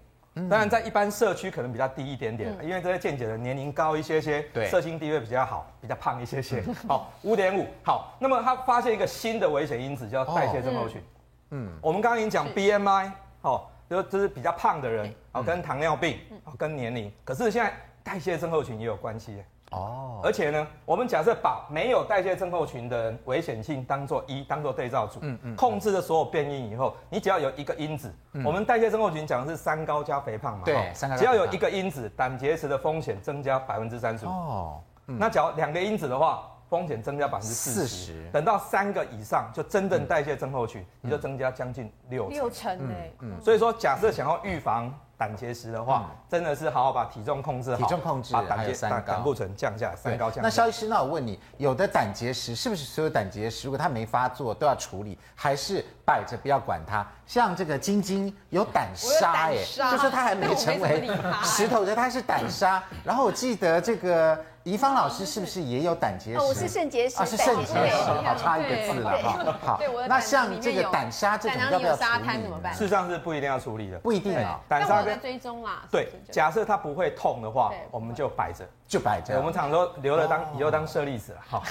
H: 当然，在一般社区可能比较低一点点，因为这些健检的人年龄高一些些，
A: 对
H: 社经地位比较好，比较胖一些些。好，五点五，好。那么他发现一个新的危险因子，叫代谢症候群。嗯，我们刚刚已经讲 BMI，哦，就就是比较胖的人，哦，
A: 嗯
H: 跟糖尿病，哦，跟年龄。可是现在代谢症候群也有关系耶。
A: 哦，
H: 而且呢，我们假设把没有代谢症候群的人危险性当做一，当做对照组，
A: 嗯
H: 控制了所有变因以后，你只要有一个因子，我们代谢症候群讲的是三高加肥胖嘛，
A: 嗯对
H: 哦
A: 三高加
H: 只要有
A: 肥胖
H: 一个因子，胆结石的风险增加百分之三十五，
A: 哦，
H: 那只要两个因子的话，风险增加百分之四十
A: 40，
H: 等到三个以上，就真正代谢症候群，
A: 嗯
H: 你就增加将近六成
C: 六。成
J: 欸
C: 哎，
J: 嗯
H: 所以说，假设想要预防胆结石的话，真的是好好把体重控制好，
A: 嗯体重控制
H: 把胆
A: 还有
H: 结
A: 三
H: 胆
A: 高
H: 胆固醇降下来，三高
A: 对
H: 降下来。
A: 那肖医师，那我问你，有的胆结石是不是所有胆结石，如果它没发作都要处理，还是摆着不要管它？像这个晶晶有胆砂
C: 我
A: 哎
C: 有
A: 耶
C: 胆，砂
A: 就是它还没成为
C: 但我没 怎么理它
A: 石头的，它是胆砂。然后我记得这个。怡芳老师是不是也有胆结石？
J: 哦，我是肾结石，
A: 啊，是
J: 胆
A: 肾结
J: 结
A: 石，
J: 对
A: 好差一个字了哈。好
C: 对我，的胆囊
A: 那
C: 里
A: 像
C: 面
A: 这个
C: 有
A: 胆砂这种
C: 胆囊
A: 要不
C: 有
A: 要
C: 沙
A: 处
C: 滩
A: 理
C: 怎么
A: 呢
C: 办
H: 事实上是不一定要处理的。
A: 不一定啊，
C: 但
H: 胆
C: 我
H: 砂
C: 有在
H: 跟
C: 追踪啦。
H: 对，假设它不会痛的话
C: 对，
H: 我们就摆着。
A: 就摆
H: 对，我们
A: 着。
H: 常说留了
A: 哦
H: 当以后当舍利子了，好，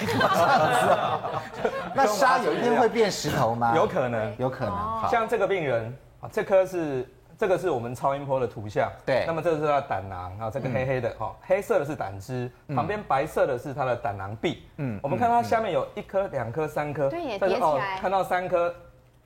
A: 那沙有一天会变石头吗？
H: 有
C: 哦
H: 可能。
A: 有可能。好，
H: 像这个病人，啊这颗是这个是我们超音波的图像，
A: 对
H: 那么这个是他的胆囊，然后这个黑黑的哈，黑色的是胆汁，旁边白色的是他的胆囊壁，嗯，我们看到下面有一颗、两颗、三颗，
C: 对耶
H: 但是
C: 叠起
H: 哦
C: 来
H: 看到三颗，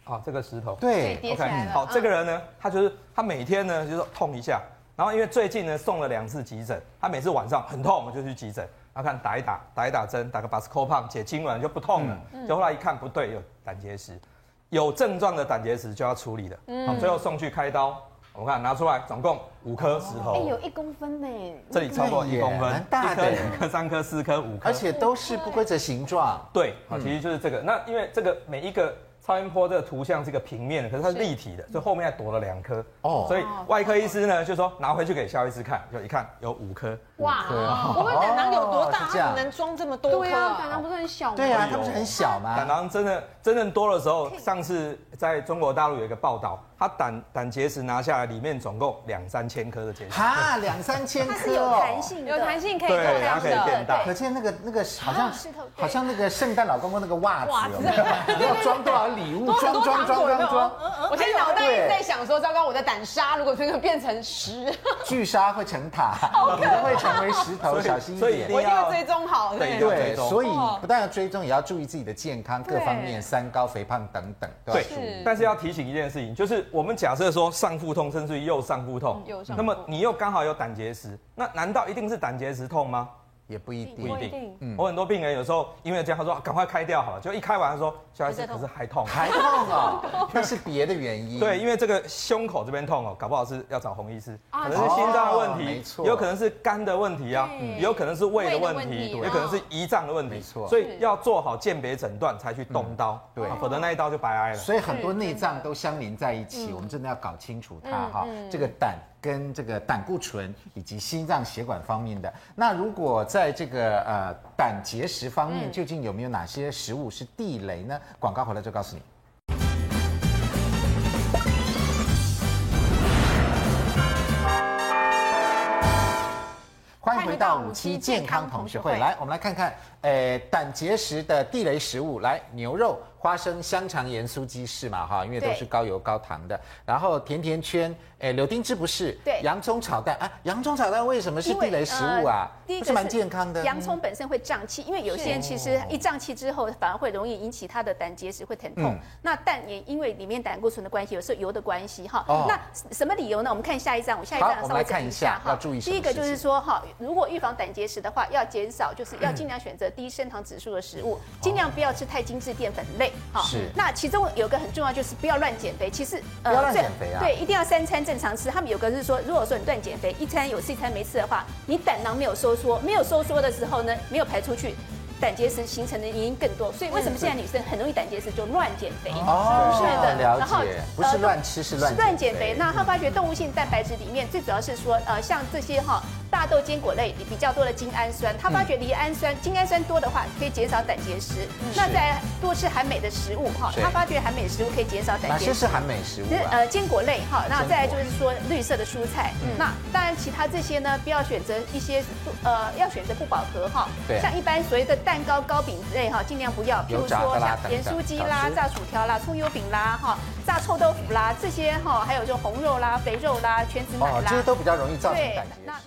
H: 好，哦这个石头，
C: 对，
A: 对，
C: 叠起来了。
H: 好，
C: 嗯
H: 这个人呢，他就是他每天呢就是痛一下，然后因为最近呢送了两次急诊，他每次晚上很痛，我们就去急诊，然后看打一打，打一打针，打个巴斯科胖解痉挛就不痛了，
C: 嗯
H: 就后来一看不对，有胆结石，有症状的胆结石就要处理的，
C: 嗯
H: 好，最后送去开刀，我们看拿出来总共五颗石
C: 哎，
H: 头，
C: 有一公分呢。
H: 这里超过一公分，
A: 哦蛮大
H: 一颗、
A: 的
H: 两颗、三颗、四颗、五颗
A: 而，且都是不规则形状。
H: 对，
A: 嗯
H: 好，其实就是这个。那因为这个每一个超音波这个图像是一个平面的，可是它是立体的，所以后面还躲了两颗。
A: 哦
H: 哦，所以外科医师呢就说拿回去给肖医师看，就一看有五颗。
E: 哇，我问胆囊有多
A: 哦
E: 大，
A: 是这样
E: 它能装这么多
C: 对
E: 颗
C: 啊，
E: 啊？
C: 胆囊不是很小吗？
A: 对
H: 哎
A: 啊，它不是很小
H: 胆
A: 吗？
H: 囊真的真正多的时候，上次在中国大陆有一个报道，他胆胆结石拿下来，里面总共两三千颗的结石。
A: 哈，两三千
J: 它
A: 颗
J: 是有弹
A: 哦。
J: 性的，
E: 有弹性可以做
H: 对，它
E: 到
H: 可以变
E: 的。
H: 大。
A: 可见那个那个好像
J: 石头对
A: 好像那个圣诞老公公那个袜子有没有，要装多少礼物，装装装装
E: 嗯
A: 装，
E: 哎
C: 我现在脑袋一
A: 嗯对
C: 直在想说，糟糕，我的胆砂如果真的变成石，
A: 聚沙会成塔，你都会成为石头，小心一
H: 所以一
A: 点
H: 定。
C: 我一定要
H: 要
C: 追踪好。
H: 对要
A: 对，
H: 追踪
A: 所以不但要追踪，也要注意自己的健康各方面，三高、肥胖等等都要
H: 对
A: 注意。，
H: 但是要提醒一件事情，就是我们假设说上腹痛，甚至嗯于右上腹痛，
E: 右上腹
H: 那么你又刚好有胆结石，那难道一定是胆结石痛吗？
A: 也不一
H: 不
A: 定。
H: 一定。
A: 嗯
H: 我很多病人有时候因为这样，他说啊赶快开掉好了，就一开完他说小孩子可是还痛。
A: 还痛哦，那是别的原因。
H: 对，因为这个胸口这边痛哦，搞不好是要找洪医师，可能是
A: 哦
H: 心脏的问
A: 没
H: 题，
A: 错
H: 也有可能是肝的问题啊，也有可能是胃的问
C: 胃的问
H: 题，
C: 题
H: 也可能是胰脏的问题，
A: 没错嗯
H: 所以要做好鉴别诊断才去动刀，
A: 对
H: 啊否则那一刀就白挨了。
A: 所以很多内脏都相连在一起，我们真的要搞清楚它哈。这个胆跟这个胆固醇以及心脏血管方面的，那如果在这个呃胆结石方面，究竟有没有哪些食物是地雷呢？广告回来就告诉你。欢迎回到五期健康同学会，来，我们来看看，呃，胆结石的地雷食物，来，牛肉、花生、香肠、盐酥鸡是嘛哈，因为都
J: 对
A: 是高油高糖的。然后甜甜圈，呃，柳丁汁不是，
J: 对
A: 洋葱炒蛋，啊，洋葱炒蛋为什么是
J: 因为
A: 地雷食物啊？
J: 呃第一
A: 不是
J: 个
A: 蛮健康的，嗯
J: 洋葱本身会胀气，因为有些人其实一胀气之后，反而会容易引起他的胆结石会疼痛。
A: 嗯
J: 那蛋也因为里面胆固醇的关系，有时候油的关系哈。
A: 哦
J: 那什么理由呢？我们看下一张，我下一
A: 好
J: 张
A: 我
J: 稍
A: 们来
J: 微
A: 看
J: 整
A: 一
J: 理
A: 下
J: 下
A: 要注意什么
J: 第一个就
A: 事
J: 是
A: 情
J: 说哈，如果预防胆结石的话，要减少就是
A: 嗯
J: 要尽量选择低升糖指数的食物，尽量不要吃太精致淀粉类。哈
A: 是
J: 那其中有个很重要就是不要乱减肥，其实呃
A: 不要乱
J: 最
A: 减肥啊
J: 对，一定要三餐正常吃。他们有个是说，如果说你断减肥，一餐有吃一餐没吃的话，你胆囊没有收缩，没有收缩的时候呢，没有排出去。胆结石形成的原因更多，所以为什么现在女生很容易胆结石就乱减肥？
A: 哦
J: 是的，
A: 了
J: 然后呃
A: 解不是乱吃是乱
J: 是乱
A: 减
J: 减
A: 肥
J: 肥。那他发觉动物性蛋白质里面最主要是说，呃，像这些哈、大豆、坚果类比较多的精氨酸，他发觉离氨酸、精氨酸多的话，可以减少胆结石。那再多吃含镁的食物哈，
A: 嗯是
J: 他发觉含镁食物可以减少胆
A: 哪
J: 结
A: 些
J: 石
A: 是。含镁食物
J: 是
A: 啊？
J: 呃坚果类哈，那再来就是说绿色的蔬菜，
A: 嗯
J: 那当然其他这些呢，不要选择一些呃要选择不饱和哈
A: 对，
J: 像一般所谓的蛋糕、糕饼类哈，尽量不要，譬
A: 油
J: 如
A: 炸的
J: 说
A: 啦
J: 像
A: 等等
J: 盐酥鸡啦
A: 小吃、
J: 炸薯条啦、葱油饼啦哈、炸臭豆腐啦这些哈，还有就红肉啦、肥肉啦、全脂奶
A: 哦，这些
J: 啦，
A: 都比较容易造成
J: 对
A: 胆结石
J: 那。